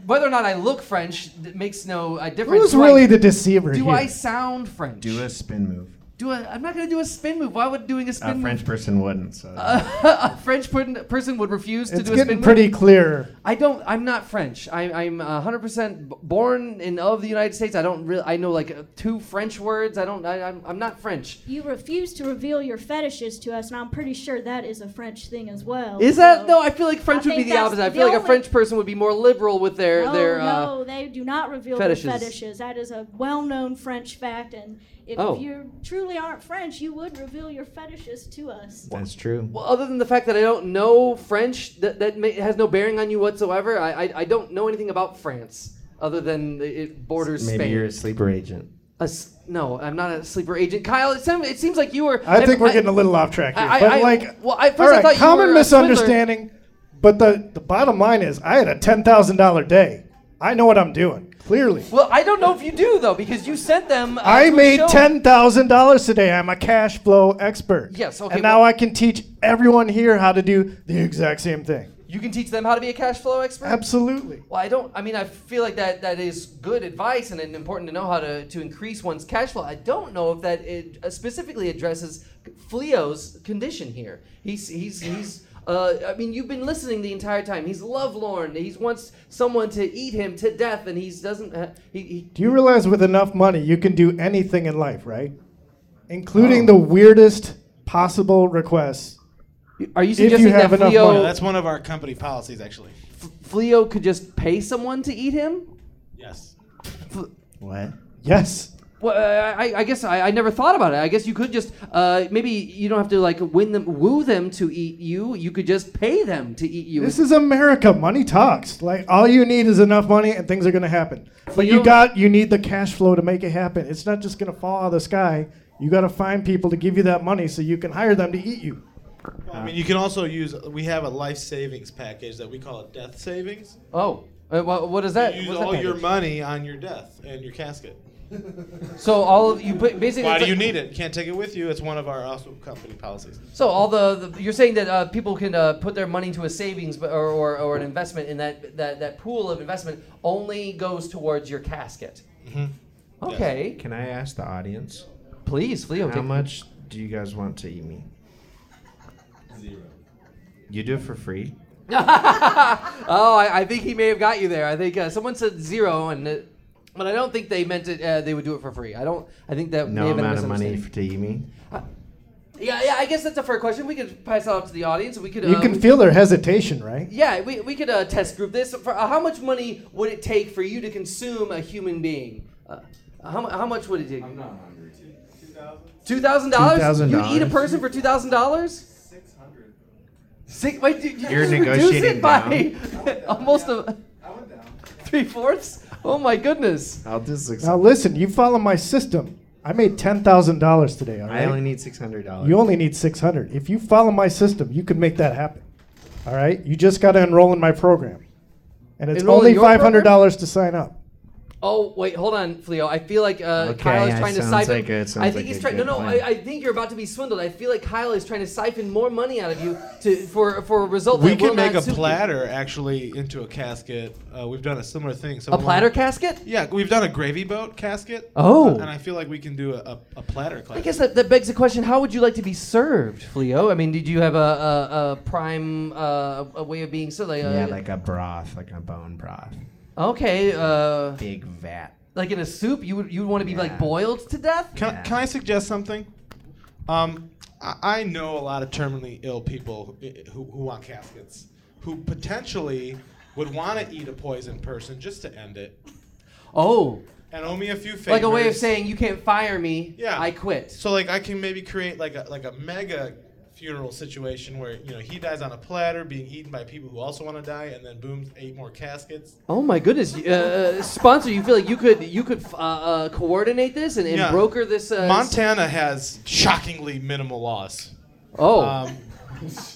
S1: whether or not I look French th- makes no uh, difference.
S5: Who's
S1: Do I-
S5: really the deceiver
S1: Do
S5: here?
S1: I sound French?
S2: Do a spin move.
S1: Do a, I'm not gonna do a spin move. Why would doing a spin
S2: A French
S1: move? [laughs]
S2: person wouldn't. So
S1: a French per- person would refuse to
S5: it's
S1: do a
S5: getting
S1: spin move.
S5: pretty clear.
S1: I don't. I'm not French. I, I'm 100 percent born and of the United States. I don't really. I know like uh, two French words. I don't. I, I'm, I'm not French.
S3: You refuse to reveal your fetishes to us, and I'm pretty sure that is a French thing as well.
S1: Is that
S3: so-
S1: no? I feel like French
S3: Oh, I
S1: would be
S3: think
S1: the
S3: that's
S1: opposite. I
S3: the
S1: feel like a
S3: only-
S1: French person would be more liberal with their
S3: no,
S1: their. Uh,
S3: no, they do not reveal
S1: fetishes.
S3: their fetishes. That is a well-known French fact, and if
S1: Oh.
S3: you truly aren't French, you would reveal your fetishes to us.
S2: that's true.
S1: well, other than the fact that I don't know French, that that may, has no bearing on you whatsoever. I, I I don't know anything about France other than it borders
S2: Maybe
S1: Spain.
S2: you're a sleeper agent.
S1: A s- no, I'm not a sleeper agent. Kyle, it, seem, it seems like you were.
S5: I think we're
S1: I-
S5: getting a little off track here,
S1: I- I-
S5: but
S1: I-
S5: like,
S1: well, I- first I
S5: all right,
S1: thought you
S5: common
S1: were a swindler.
S5: misunderstanding. But the the bottom line is, I had a ten thousand dollar day. I know what I'm doing clearly.
S1: Well, I don't know if you do though, because you sent them. Uh,
S5: I
S1: to a
S5: made
S1: show.
S5: ten thousand dollars today. I'm a cash flow expert.
S1: Yes, okay,
S5: And
S1: well-
S5: now I can teach everyone here how to do the exact same thing.
S1: You can teach them how to be a cash flow expert.
S5: Absolutely.
S1: Well, I don't. I mean, I feel like that that is good advice, and it's important to know how to to increase one's cash flow. I don't know if that it uh, specifically addresses Fleo's condition here. He's he's he's. Uh, I mean, you've been listening the entire time. He's lovelorn. He wants someone to eat him to death, and he's doesn't. Uh, he, he
S5: Do you realize with enough money you can do anything in life, right?
S1: Oh.
S5: Including the weirdest possible requests.
S1: are you
S5: you
S1: suggesting
S5: have
S1: that
S5: enough
S1: Fleo,
S5: money.
S4: No, that's one of our company policies, actually.
S1: Fleo could just pay someone to eat him?
S4: Yes.
S2: What?
S5: Yes.
S1: Well, I, I- I guess I, I never thought about it. I guess you could just uh, maybe you don't have to like win them, woo them to eat you. You could just pay them to eat you.
S5: This is America. Money talks. Like all you need is enough money, and things are gonna happen. But
S1: you-
S5: you got you need the cash flow to make it happen. It's not just gonna fall out of the sky. You gotta find people to give you that money so you can hire them to eat you.
S4: I mean, you can also use. We have a life savings package that we call a death savings.
S1: oh, uh, wha- what is that?
S4: You use
S1: what's that
S4: all your
S1: package?
S4: money on your death and your casket.
S1: so all of you put- basically.
S4: Why
S1: it's
S4: do you
S1: like-
S4: need it? You can't take it with you. It's one of our also company policies.
S1: So all the, the you're saying that uh, people can uh, put their money to a savings b- or, or, or an investment, and that, that that pool of investment only goes towards your casket.
S4: Mm-hmm.
S1: Okay,
S2: Can I ask the audience
S1: please, Fleo.
S2: how
S1: take-
S2: much do you guys want to eat me? Zero. You do it for free.
S1: [laughs] Oh, I, I think he may have got you there. I think uh, someone said zero, and uh, But I don't think they meant it. Uh, they would do it for free. I don't. I think that may
S2: No
S1: have been a
S2: amount of money
S1: misunderstanding.
S2: for to you mean?
S1: Yeah, yeah. I guess that's a fair question. We could pass that off to the audience. We could.
S5: You
S1: uh,
S5: can feel their hesitation, right?
S1: Yeah, we, we could uh, test group this. For, uh, how much money would it take for you to consume a human being? Uh, how, mu- how much would it take? I'm not hungry. Two thousand dollars.
S2: $2,000?
S1: You'd eat a person for two thousand dollars. Six. Wait, did you
S2: You're
S1: just reduce
S2: negotiating
S1: it by [laughs] almost a three fourths? Oh my goodness!
S2: I'll do six.
S5: Now listen, you follow my system. I made ten thousand dollars today. All
S2: I
S5: right.
S2: only need six hundred dollars.
S5: you only need six hundred. If you follow my system, you can make that happen. All right. You just got to enroll in my program, and it's
S1: Enroll in
S5: only
S1: your program?
S5: five hundred dollars to sign up.
S1: Oh wait, hold on, Fleo. I feel like uh,
S2: Okay,
S1: Kyle is
S2: yeah,
S1: trying to
S2: sounds
S1: siphon.
S2: like a- it sounds
S1: I think
S2: like
S1: he's
S2: a
S1: trying. No,
S2: good
S1: no.
S2: plan.
S1: I, I think you're about to be swindled. I feel like Kyle is trying to siphon more money out of you to for for a result.
S4: We
S1: that will
S4: can make
S1: not
S4: a
S1: suit you.
S4: platter actually into a casket. Uh, we've done a similar thing. So
S1: A
S4: we
S1: platter
S4: wanna-
S1: casket?
S4: Yeah, we've done a gravy boat casket.
S1: Oh.
S4: and I feel like we can do a, a, a platter.
S1: I
S4: Class.
S1: guess that, that begs the question: How would you like to be served, Fleo? I mean, did you have a a, a prime uh, a way of being served? Like, uh,
S2: Yeah, like a broth, like a bone broth,
S1: okay, uh,
S2: big vat.
S1: like in a soup, you would you would want to be like
S2: Yeah.
S1: boiled to death?
S4: Can,
S2: Yeah.
S4: can I suggest something? Um, I, I know a lot of terminally ill people i- who, who want caskets, who potentially would want to eat a poisoned person just to end it,
S1: Oh,
S4: and owe me a few favors.
S1: like a way of saying you can't fire me.
S4: Yeah.
S1: I quit.
S4: So like I can maybe create like a like a mega funeral situation where you know he dies on a platter, being eaten by people who also want to die, and then boom, eight more caskets.
S1: Oh my goodness, uh, sponsor! You feel like you could you could uh, uh, coordinate this and, and
S4: Yeah.
S1: broker this. Uh, s-
S4: Montana has shockingly minimal laws.
S1: Oh,
S4: Um,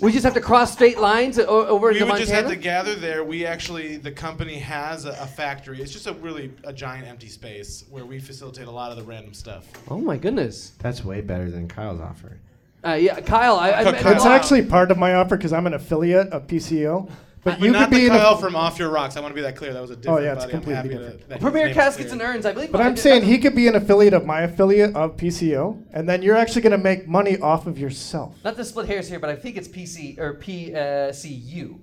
S1: we just have to cross state lines o- over
S4: we
S1: into
S4: would
S1: Montana.
S4: just have to gather there. We actually, the company has a, a factory. It's just a really a giant empty space where we facilitate a lot of the random stuff.
S1: oh my goodness,
S2: That's way better than Kyle's offer.
S1: uh, yeah, Kyle. I, I,
S4: Ky-
S1: I-
S4: Kyle.
S5: That's
S4: Wow.
S5: actually part of my offer because I'm an affiliate of PCO. But
S4: But
S5: you
S4: not
S5: could be
S4: the
S5: in a Oh,
S4: Kyle from Off Your Rocks. I want to be that clear. That was a different.
S5: yeah, it's
S4: buddy. I'm
S5: completely
S4: happy to-
S5: different.
S4: that his name
S1: Premier
S4: is
S1: Caskets
S4: clear.
S1: and Urns, I believe.
S5: But I'm saying he could be an affiliate of my affiliate of PCO, and then you're actually going to make money off of yourself.
S1: Not to split hairs here, but I think it's PC or PCU.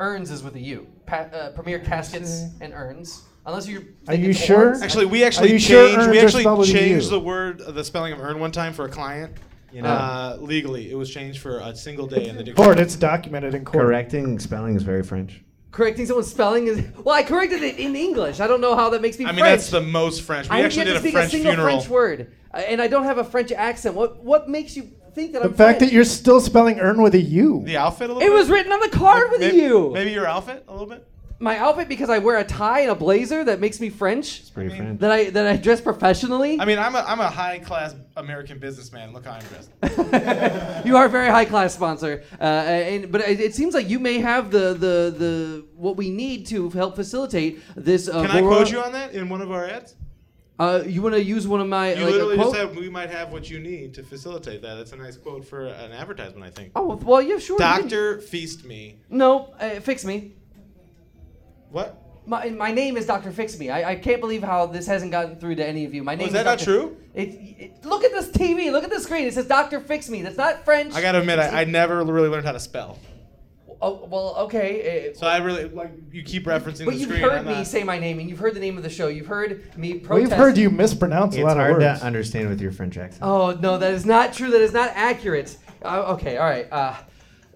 S1: Urns is with a U. Pa- uh, Premier Caskets and Urns. Unless you're.
S5: Are you
S1: thinking
S5: sure?
S1: Orns.
S4: Actually, we actually
S5: you
S4: changed.
S5: sure urns
S4: we
S5: are
S4: actually
S5: spelled with a
S4: changed
S5: U?
S4: the word, the spelling of urn one time for a client.
S2: You know.
S4: uh, legally, it was changed for a single day in the
S5: Court,
S4: dictionary.
S5: it's documented in court.
S2: Correcting spelling is very French.
S1: correcting someone's spelling is. Well, I corrected it in English. I don't know how that makes me.
S4: I mean,
S1: French.
S4: that's the most French. We
S1: I
S4: actually
S1: can't
S4: did a
S1: speak
S4: French
S1: a single
S4: funeral.
S1: French word, uh, and I don't have a French accent. What what makes you think that
S5: The
S1: I'm
S5: fact
S1: French?
S5: that you're still spelling earn with a U.
S4: The outfit a little.
S1: It
S4: bit?
S1: was written on the card with
S4: maybe,
S1: you.
S4: Maybe your outfit a little bit.
S1: My outfit because I wear a tie and a blazer that makes me French.
S2: It's pretty
S4: I mean-
S2: French.
S1: That I that I dress professionally.
S4: I mean, I'm a I'm a high class American businessman. Look how I'm
S1: [laughs]
S4: dressed.
S1: you are a very high class sponsor, uh, and but it, it seems like you may have the the the what we need to help facilitate this. Uh,
S4: Can I
S1: Bora-
S4: quote you on that in one of our ads?
S1: Uh, you want to use one of my like,
S4: You
S1: a
S4: literally just
S1: quote?
S4: said we might have what you need to facilitate that. That's a nice quote for an advertisement, I think.
S1: Oh well, yeah, sure. you can-
S4: Doctor, feast me.
S1: No, uh, fix me.
S4: What?
S1: My, my name is Doctor Fix Me. I, I can't believe how this hasn't gotten through to any of you. My name
S4: Oh, is that not
S1: Dr.
S4: true?
S1: It, it, look at this TV. Look at the screen. It says Doctor Fix Me. That's not French.
S4: I gotta admit, I, I never really learned how to spell.
S1: Oh, well, okay. uh,
S4: So I really like you keep referencing
S1: but
S4: the
S1: you've
S4: screen.
S1: heard
S4: I'm
S1: me
S4: not-
S1: say my name, and you've heard the name of the show. You've heard me protest.
S5: We've heard you mispronounce a
S2: It's
S5: lot of
S2: hard
S5: words.
S2: to understand with your French accent.
S1: Oh no, that is not true. That is not accurate. Uh, okay, all right. Uh,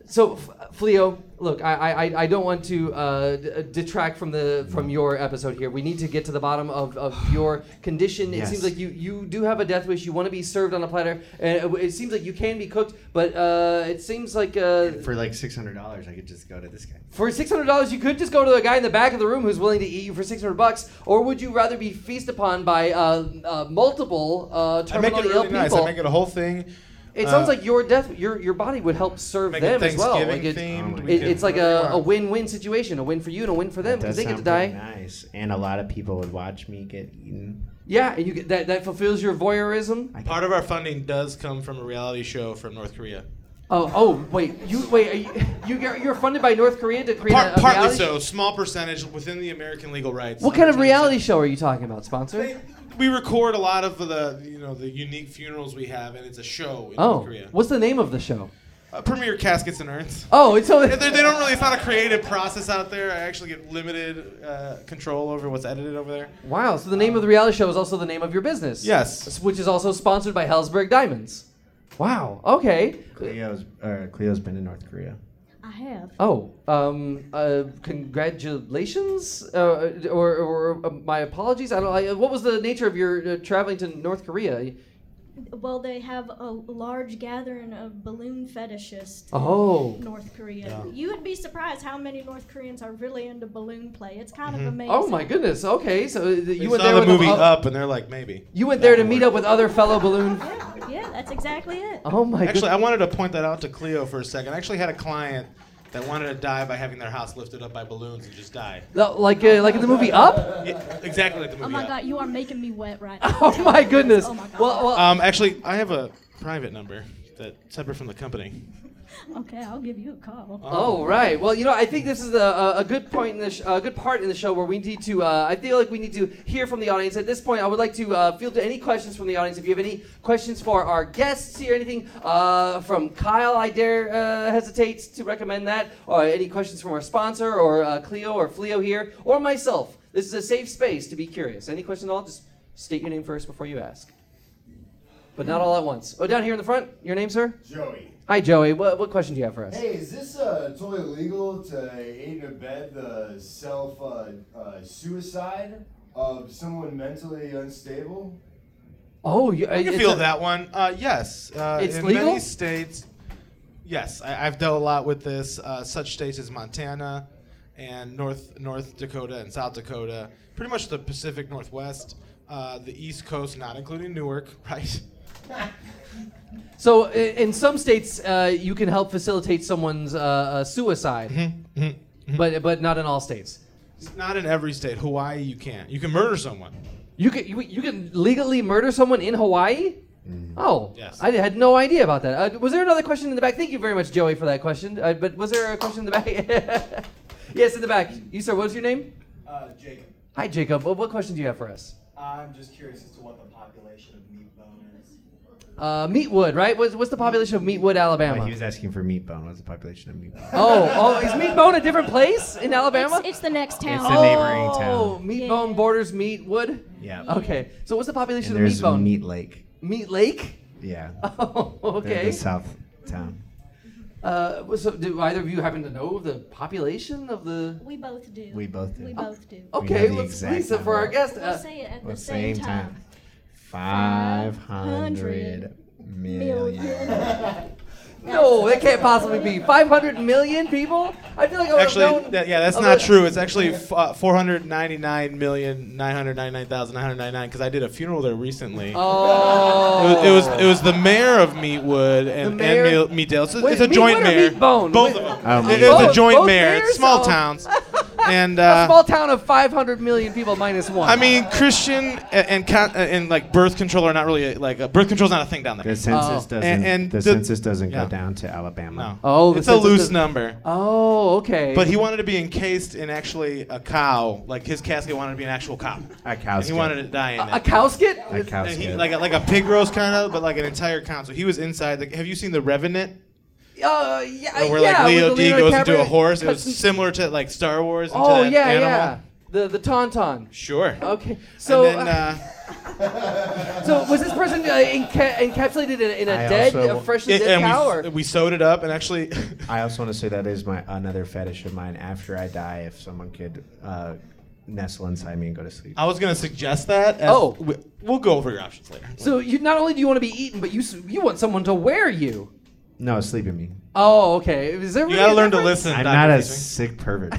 S1: so, F- Fleo, look, I, I, I- I don't want to uh, d- detract from the from your episode here. We need to get to the bottom of, of your condition. It
S2: Yes.
S1: seems like you, you do have a death wish. You want to be served on a platter, and it, w- it seems like you can be cooked. But uh, it seems like uh,
S2: For like six hundred dollars, I could just go to this guy.
S1: for six hundred dollars, you could just go to the guy in the back of the room who's willing to eat you for six hundred bucks, or would you rather be feasted upon by uh, uh, multiple uh,
S4: I make
S1: terminally
S4: it
S1: ill
S4: really
S1: people?
S4: nice. I make it a whole thing.
S1: It
S4: Uh,
S1: sounds like your death, your your body would help serve
S4: Make
S1: them
S4: it
S1: as well.
S4: Thanksgiving
S1: Like it,
S2: Oh
S4: themed.
S2: my
S4: we
S1: it-
S4: can-
S1: it's like
S4: whatever you
S1: a, a
S4: want.
S1: win-win situation, a win for you and a win for them because
S2: Does
S1: they
S2: sound
S1: get to die.
S2: pretty Nice, and a lot of people would watch me get eaten.
S1: Yeah, and you get that that fulfills your voyeurism.
S4: Part of our funding does come from a reality show from North Korea.
S1: Oh, oh, wait, you wait, are you, [laughs] you get- you're funded by North Korea to create
S4: Part,
S1: a, a
S4: partly
S1: reality.
S4: so, small percentage within the American legal rights.
S1: What kind of
S4: 120%.
S1: reality show are you talking about, sponsor?
S4: They- We record a lot of the you know the unique funerals we have, and it's a show in
S1: Oh,
S4: North Korea.
S1: what's the name of the show?
S4: Uh, uh, Premier Caskets and Urns.
S1: Oh, it's so.
S4: They, they don't really. It's not a creative process out there. I actually get limited uh, control over what's edited over there.
S1: [laughs] Wow. So the name of the reality show is also the name of your business.
S4: Yes.
S1: Which is also sponsored by Hellsberg Diamonds. Wow. Okay.
S2: Cleo's, uh, Cleo's been to North Korea.
S3: I have.
S1: Oh, um, uh, congratulations, uh, or, or uh, my apologies. I don't. I, what was the nature of your uh, traveling to North Korea?
S3: Well, they have a large gathering of balloon fetishists.
S1: Oh,
S3: in North Korea. You would be surprised how many North Koreans are really into balloon play. It's kind of amazing.
S1: oh my goodness. Okay, so uh, you
S4: You
S1: went
S4: saw
S1: there
S4: the
S1: with
S4: movie
S1: oth-
S4: Up, and they're like, maybe.
S1: You went there to meet up with other fellow balloon.
S3: Yeah, yeah, that's exactly it.
S1: Oh my
S4: Actually,
S1: goodness.
S4: I wanted to point that out to Cleo for a second. I actually had a client that wanted to die by having their house lifted up by balloons and just died.
S1: Like uh, like in the movie Up. [laughs]
S4: Yeah, exactly like the movie.
S3: Oh my
S4: Up.
S3: god, you are making me wet right now.
S1: Oh my goodness.
S3: Oh my God.
S1: Well, well,
S4: Um, actually, I have a private number that's separate from the company.
S3: Okay, I'll give you a call.
S1: Oh right. Well, you know, I think this is a, a, a good point in the sh- a good part in the show where we need to. Uh, I feel like we need to hear from the audience. At this point, I would like to uh, field any questions from the audience. If you have any questions for our guests here, anything uh, from Kyle, I dare uh, hesitate to recommend that. Or any questions from our sponsor or uh, Cleo or Fleo here or myself. This is a safe space to be curious. Any question at all? Just state your name first before you ask. But not all at once. Oh, down here in the front. Your name, sir?
S6: Joey.
S1: Hi, Joey. What, what question do you have for us?
S6: Hey, is this uh, totally legal to aid and abet the self uh, uh, suicide of someone mentally unstable?
S1: Oh, you,
S4: I can feel that one. Uh, yes. Uh,
S1: It's
S4: in
S1: legal?
S4: many states, yes. I, I've dealt a lot with this. Uh, such states as Montana and North North Dakota and South Dakota, pretty much the Pacific Northwest, uh, the East Coast, not including Newark, [laughs] right?
S1: So i- in some states, uh, you can help facilitate someone's uh, uh, suicide,
S2: Mm-hmm.
S1: hmm, but but not in all states.
S4: Not in every state. Hawaii, you can't. You can murder someone.
S1: You can you, you can legally murder someone in Hawaii. Oh,
S4: Yes.
S1: I had no idea about that. Uh, was there another question in the back? Thank you very much, Joey, for that question. Uh, but was there a question in the back? [laughs] yes, in the back. You sir, what's your name?
S7: Uh, Jacob,
S1: Hi, Jacob. What, what question do you have for us?
S7: I'm just curious as to what the population of meat bone is.
S1: Uh, Meatwood, right? What's, what's the population of Meatwood, Alabama?
S2: Uh, he was asking for meat bone. What's the population of meat bone?
S1: [laughs] oh, oh, is Meatbone a different place in Alabama?
S3: It's, it's the next town.
S2: It's the neighboring town.
S1: Oh, Meatbone
S3: Yeah.
S1: borders Meatwood.
S2: Yeah.
S1: Okay, so what's the population
S2: And
S1: Oh, of
S2: there's
S1: Meatbone?
S2: Meat Lake.
S1: Meat Lake. [laughs]
S2: Yeah.
S1: Oh,
S2: They're
S1: okay.
S2: The south town.
S1: Uh, well, so, do either of you happen to know the population of the?
S3: We both do.
S2: We both do.
S3: We both do.
S2: know
S1: Okay,
S2: the
S1: let's
S2: exact
S1: Lisa for
S2: number.
S1: our guest.
S3: We'll
S1: Oh, Uh,
S3: say it at
S2: Well,
S3: the same, time.
S2: Five
S3: 500
S2: hundred million.
S1: no, that can't possibly be. Five hundred million people. I feel like I would
S4: Actually,
S1: have known.
S4: that, yeah, that's
S1: I
S4: not
S1: would-
S4: true. It's actually f- uh, 499,999,999 because I did a funeral there recently.
S1: Oh.
S4: It was, it was it was the mayor of Meatwood and,
S1: mayor?
S4: and Me- Meatdale. It's a,
S1: Wait,
S4: it's a
S1: Meatwood
S4: joint
S1: or
S4: mayor.
S1: Meatbone?
S4: Both
S1: Wait,
S4: of them.
S2: Oh,
S4: It-
S2: Meatbone.
S4: it was a
S1: Both-
S4: joint
S1: both
S4: mayor.
S1: mayors?
S4: It's small
S1: Oh. [laughs]
S4: towns. And
S1: a small
S4: uh,
S1: town of 500 million people minus one.
S4: I mean, Christian and and, con- and like birth control are not really like uh, birth control's not a thing down there.
S2: The census
S1: Oh.
S2: doesn't.
S4: And- and
S2: the,
S4: the-
S2: census doesn't
S4: yeah.
S2: go down to
S4: No.
S2: Alabama.
S1: Oh, the
S4: it's a
S1: census
S4: loose
S1: does-
S4: number.
S1: Oh, okay.
S4: But he wanted to be encased in actually a cow. Like his casket wanted to be an actual cow.
S2: A
S4: And
S2: cow's
S4: he wanted to die in it.
S1: a Uh, cowsket.
S2: A cow's
S4: And he-
S2: good.
S4: like a, like a pig roast kind of, but like an entire council. He was inside. The, have you seen the Revenant?
S1: Uh, yeah,
S4: Where
S1: yeah,
S4: like
S1: with the
S4: Leo D
S1: Leonardo
S4: goes into a
S1: DiCaprio
S4: horse. It was
S1: cuts in-
S4: similar to like Star Wars. Into
S1: Oh
S4: that
S1: yeah,
S4: animal.
S1: yeah. The the tauntaun.
S4: Sure.
S1: Okay, so
S4: So
S1: [laughs]
S4: and then, uh,
S1: uh, so was this person uh, enca- encapsulated in, in a
S2: I
S1: dead,
S2: also-
S1: a freshly
S4: it-
S1: dead
S4: and
S1: cow?
S4: we,
S1: Or?
S4: we sewed it up and actually. [laughs]
S2: I also want to say that is my another fetish of mine. After I die, if someone could uh, nestle inside me and go to sleep.
S4: I was gonna suggest that. As
S1: Oh.
S4: we, we'll go over your options later.
S1: So you not only do you want to be eaten, but you s- you want someone to wear you.
S2: No, sleep in me.
S1: Oh, okay. Is there?
S4: You
S1: really
S4: gotta
S1: a
S4: learn to
S1: difference?
S4: listen.
S2: I'm
S4: Dr.
S2: not a
S4: Friesen.
S2: sick
S1: [laughs]
S2: pervert.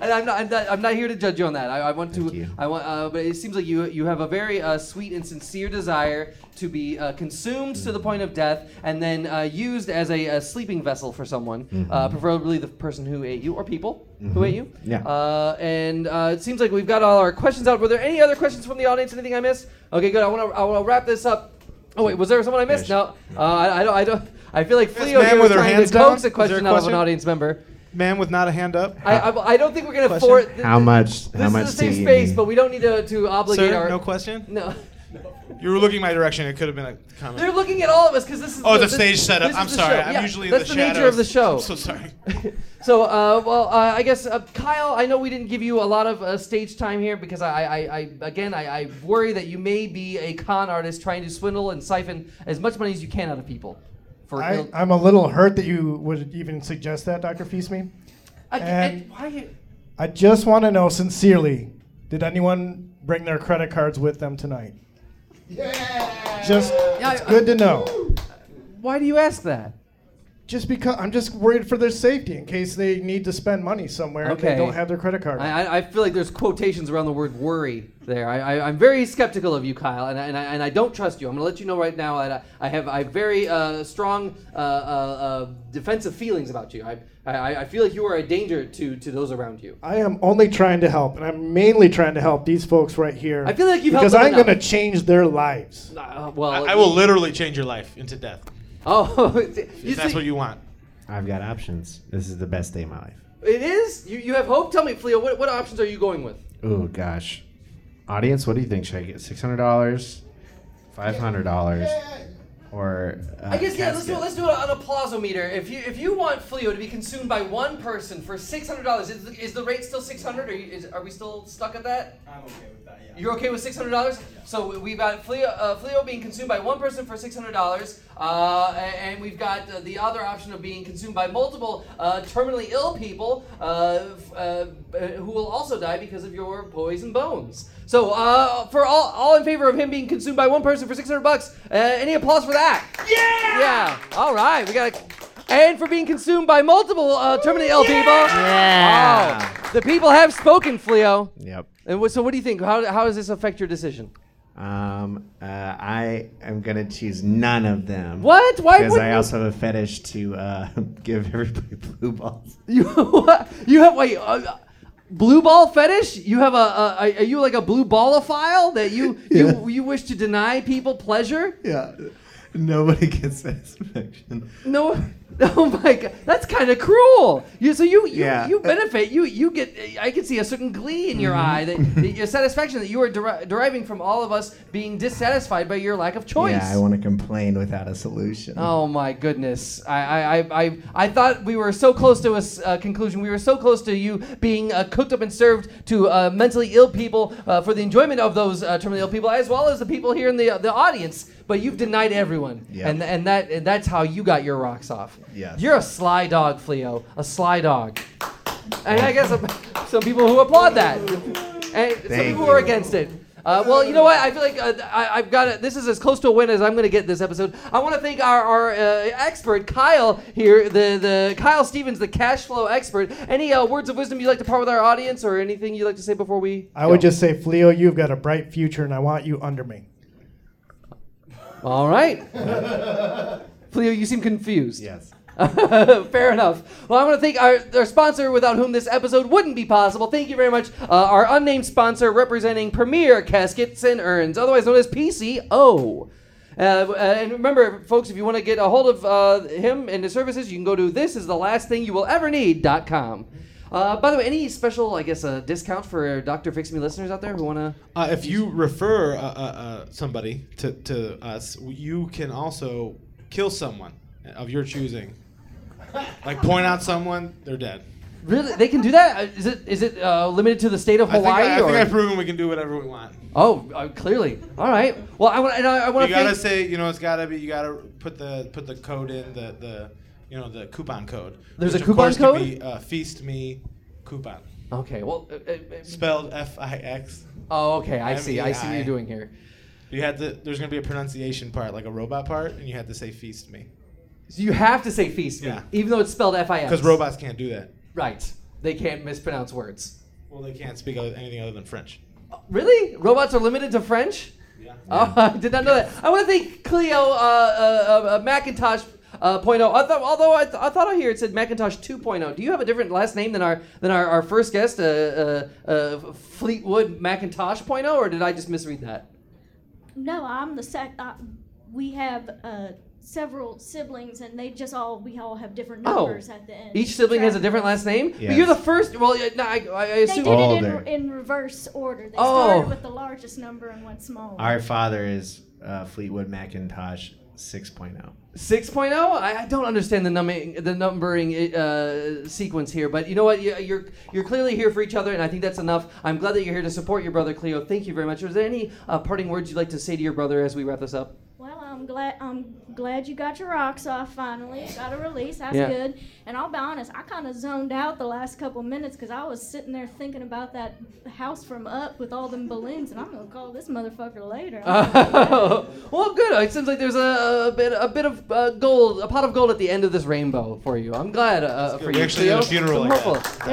S1: And I'm not, I'm not. I'm not here to judge you on that. I, I want
S2: Thank
S1: to.
S2: you.
S1: I want. Uh, but it seems like you you have a very uh, sweet and sincere desire to be uh, consumed to the point of death, and then uh, used as a, a sleeping vessel for someone, uh, preferably the person who ate you or people who ate you.
S2: Mm-hmm. Yeah.
S1: Uh, and uh, it seems like we've got all our questions out. Were there any other questions from the audience? Anything I missed? Okay, good. I want to. I want to wrap this up. Oh wait, was there someone I missed?
S2: Yes.
S1: No. Uh, I, I don't. I don't. I feel like
S4: Yes,
S1: Fleo
S4: ma'am,
S1: here
S4: with
S1: was
S4: her
S1: trying
S4: hands
S1: to
S4: down?
S1: coax a
S4: Is there a
S1: question out of an
S4: question?
S1: audience member.
S4: Man with not a hand up.
S1: I, I, I don't think we're gonna
S4: Question?
S1: afford.
S2: How much?
S1: This
S2: how much
S1: is a
S2: do
S1: safe
S2: you
S1: space,
S2: need?
S1: but we don't need to, to obligate
S4: Sir,
S1: our.
S4: no question.
S1: [laughs] No.
S4: You were looking my direction. It could have been a comment.
S1: They're looking at all of us because this is.
S4: Oh, the
S1: this-
S4: stage setup.
S1: this
S4: I'm
S1: is the
S4: sorry.
S1: show.
S4: I'm
S1: Yeah,
S4: usually in
S1: that's
S4: the
S1: the
S4: shadows.
S1: nature of the show.
S4: I'm so sorry.
S1: So, uh, well, uh, I guess uh, Kyle, I know we didn't give you a lot of uh, stage time here because I, I, I again, I, I worry that you may be a con artist trying to swindle and siphon as much money as you can out of people. For
S5: I,
S1: ill-
S5: I'm a little hurt that you would even suggest that, Dr. Feastme.
S1: I-
S5: and-
S1: why you-
S5: I just want to know sincerely did anyone bring their credit cards with them tonight? Yeah! Just,
S1: Yeah,
S5: it's
S1: I-
S5: good to know.
S1: why do you ask that?
S5: Just because I'm just worried for their safety in case they need to spend money somewhere and
S1: Okay.
S5: they don't have their credit card.
S1: I, I- I feel like there's quotations around the word worry there. I, I, I'm very skeptical of you, Kyle, and I, and I, and I don't trust you. I'm going to let you know right now that I, I have I have very uh, strong uh, uh, uh, defensive feelings about you. I, I, I feel like you are a danger to, to those around you.
S5: I am only trying to help, and I'm mainly trying to help these folks right here.
S1: I feel like you've helped
S5: because
S1: them
S5: I'm
S1: enough.
S5: going to change their lives.
S1: Uh, well,
S4: I, I will literally change your life into death.
S1: [laughs] Oh, [laughs] you
S4: If that's
S1: think-
S4: what you want.
S2: I've got options. This is the best day of my life.
S1: it is. You, you have hope. Tell me, Flea, what, what options are you going with?
S2: Oh gosh, audience, what do you think? Should I get six hundred dollars, five hundred dollars, or uh,
S1: I guess yeah. Let's do
S2: casket?
S1: let's do an, an applausometer. If you if you want Fleo to be consumed by one person for six hundred dollars, is, the- is the rate still six hundred? Are you, is, are we still stuck at that?
S7: I'm okay with that, yeah.
S1: You're okay with six hundred dollars? So we've got Fleo, uh, Fleo being consumed by one person for six hundred dollars, uh, a- and we've got uh, the other option of being consumed by multiple uh, terminally ill people uh, f- uh, b- who will also die because of your poison bones. So uh, for all all in favor of him being consumed by one person for six hundred bucks, uh, any applause for that? Yeah. Yeah. All right, we got. And for being consumed by multiple uh, terminally ill people.
S2: Yeah.
S1: Wow. The people have spoken, Fleo.
S2: Yep.
S1: And what, so, what do you think? How, how does this affect your decision? [laughs]
S2: Um, uh, I am gonna choose none of them.
S1: What? Why
S2: Because
S1: wouldn't
S2: I
S1: you-
S2: also have a fetish to uh, [laughs] give everybody blue balls.
S1: You you have wait, uh, blue ball fetish? You have a, a, a are you like a blue ballophile that you you you wish to deny people pleasure?
S2: Yeah. Nobody [laughs] gets satisfaction.
S1: No. [laughs] Oh my god, that's kind of cruel. You so you you,
S2: Yeah.
S1: you benefit you you get. I can see a certain glee in your
S2: Mm-hmm.
S1: eye that, that your satisfaction that you are deri- deriving from all of us being dissatisfied by your lack of choice.
S2: Yeah, I want to complain without a solution.
S1: Oh my goodness! I I, I, I, I thought we were so close to a s- uh, conclusion. We were so close to you being uh, cooked up and served to uh, mentally ill people uh, for the enjoyment of those uh, terminally ill people, as well as the people here in the the audience. But you've denied everyone,
S2: Yeah.
S1: and and that and that's how you got your rocks off.
S2: Yes.
S1: you're a sly dog, Fleo. A sly dog. And I guess some, some people who applaud that, and some
S2: Thank
S1: people who are
S2: you.
S1: against it. Uh, well, you know what? I feel like uh, I, I've got it. This is as close to a win as I'm going to get this episode. I want to thank our, our uh, expert, Kyle here, the the Kyle Stevens, the cash flow expert. Any uh, words of wisdom you'd like to part with our audience, or anything you'd like to say before we?
S5: I would
S1: go?
S5: just say, Fleo, you've got a bright future, and I want you under me.
S1: All right. Fleo, you seem confused.
S2: Yes.
S1: [laughs] Fair enough. Well, I want to thank our, our sponsor without whom this episode wouldn't be possible. Thank you very much. Uh, our unnamed sponsor representing Premier Caskets and Urns, otherwise known as PCO. Uh, uh, and remember, folks, if you want to get a hold of uh, him and his services, you can go to this is the last thing you will ever need.com. Uh, by the way, any special, I guess, uh, discount for Dr. Fix Me listeners out there who want to?
S4: Uh, if you refer uh, uh, uh, somebody to, to us, you can also kill someone of your choosing. Like point out someone, they're dead.
S1: Really, they can do that? Uh, Is it is it uh, limited to the state of
S4: I think,
S1: Hawaii?
S4: I, I
S1: or?
S4: think I've proven we can do whatever we want.
S1: Oh, uh, clearly. All right. Well, I want. I, I want
S4: You
S1: to.
S4: gotta say, you know, it's gotta be. You gotta put the put the code in the the you know the coupon code.
S1: There's
S4: which
S1: a
S4: of
S1: coupon
S4: course
S1: code?
S4: Could be, uh, Feast me coupon
S1: Okay. Well. Uh, uh, uh,
S4: spelled F I X.
S1: oh, okay.
S4: E
S1: I see. I see what you're
S4: MEI.
S1: doing here.
S4: You had to. There's gonna be a pronunciation part, like a robot part, and you had to say feast me
S1: So you have to say feast me,
S4: Yeah.
S1: even though it's spelled F-I-S.
S4: because robots can't do that.
S1: Right. They can't mispronounce words. Uh,
S4: Well, they can't speak other, anything other than French.
S1: Really? Robots are limited to French?
S4: Yeah.
S1: Oh, [laughs] I did not know that. I want to thank Clio uh, uh, uh, Macintosh uh, point oh. I thought, although I, th- I thought I hear it said Macintosh 2.0. Do you have a different last name than our than our, our first guest, uh, uh, uh, Fleetwood Macintosh point oh, or did I just misread that?
S3: No, I'm the sec. Uh, we have uh, several siblings, and they just all we all have different
S1: Oh.
S3: numbers at the end.
S1: Each sibling has a different last name. But you're
S2: Yes.
S1: the first. Well, yeah, no, I, I
S3: They
S1: assume.
S3: did it
S2: Older.
S3: in, in reverse order. They
S1: Oh.
S3: started with the largest number and went small.
S2: Our father is uh, Fleetwood Macintosh oh. 6.0.
S1: 6.0? oh? I, I don't understand the numbering, the numbering uh, sequence here, but you know what? You- You're, you're clearly here for each other, and I think that's enough. I'm glad that you're here to support your brother, Cleo. Thank you very much. Was there any uh, parting words you'd like to say to your brother as we wrap this up? [laughs]
S3: Well, I'm glad I'm glad you got your rocks off finally. Got a release. That's
S1: Yeah.
S3: good. And I'll be honest, I kind of zoned out the last couple minutes because I was sitting there thinking about that house from up with all them balloons, and I'm gonna call this motherfucker later.
S1: [laughs] well, good. It seems like there's a, a bit a bit of uh, gold, a pot of gold at the end of this rainbow for you. I'm glad uh, for
S4: We
S1: you.
S4: actually did a
S1: Cleo.
S4: funeral
S1: Some
S4: like
S1: hopeful-
S4: that.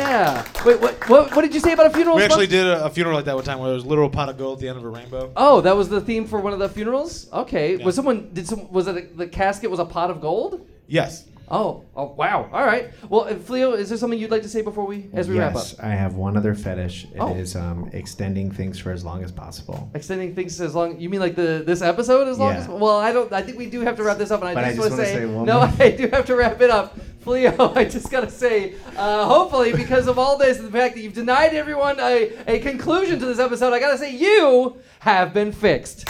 S1: Yeah. Wait, what, what, what did you say about a funeral?
S4: We actually
S1: Buck?
S4: did a, a funeral like that one time where there was a literal pot of gold at the end of a rainbow.
S1: Oh, that was the theme for one of the funerals. Okay,
S4: Yeah.
S1: was someone did some? Was it a, the casket was a pot of gold?
S4: Yes.
S1: Oh, oh wow! All right. Well, uh, Fleo, is there something you'd like to say before we as we wrap up?
S2: yes, I have one other fetish. It is
S1: Oh.
S2: um, extending things for as long as possible.
S1: Extending things as long. You mean like the this episode as long
S2: Yeah.
S1: as? Well, I don't. I think we do have to wrap this up, and
S2: But
S1: I
S2: I
S1: just,
S2: just
S1: want to
S2: wanna
S1: say,
S2: say one
S1: no.
S2: more-
S1: [laughs] I do have to wrap it up, Fleo. [laughs] I just gotta say, uh, hopefully, because of all this and the fact that you've denied everyone a, a conclusion to this episode, I gotta say you have been fixed.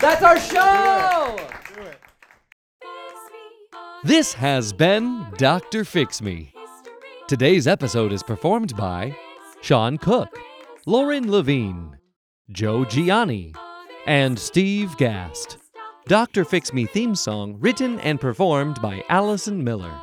S1: That's our show.
S8: This has been Dr. Fix Me. Today's episode is performed by Sean Cook, Lauren Levine, Joe Gianni, and Steve Gast. Dr. Fix Me theme song written and performed by Allison Miller.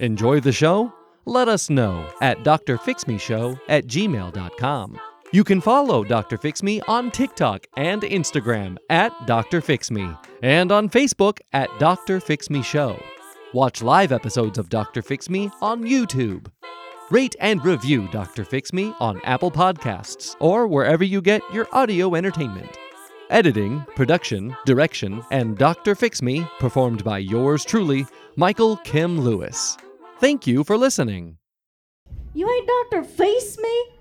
S8: Enjoy the show? Let us know at drfixmeshow at gmail.com. You can follow Dr. Fix Me on TikTok and Instagram at Dr. Fix Me and on Facebook at Dr. Fix Me Show. Watch live episodes of Dr. Fix Me on YouTube. Rate and review Dr. Fix Me on Apple Podcasts or wherever you get your audio entertainment. Editing, production, direction, and Dr. Fix Me performed by yours truly, Michael Kim Lewis. Thank you for listening.
S3: you ain't Doctor Face Me.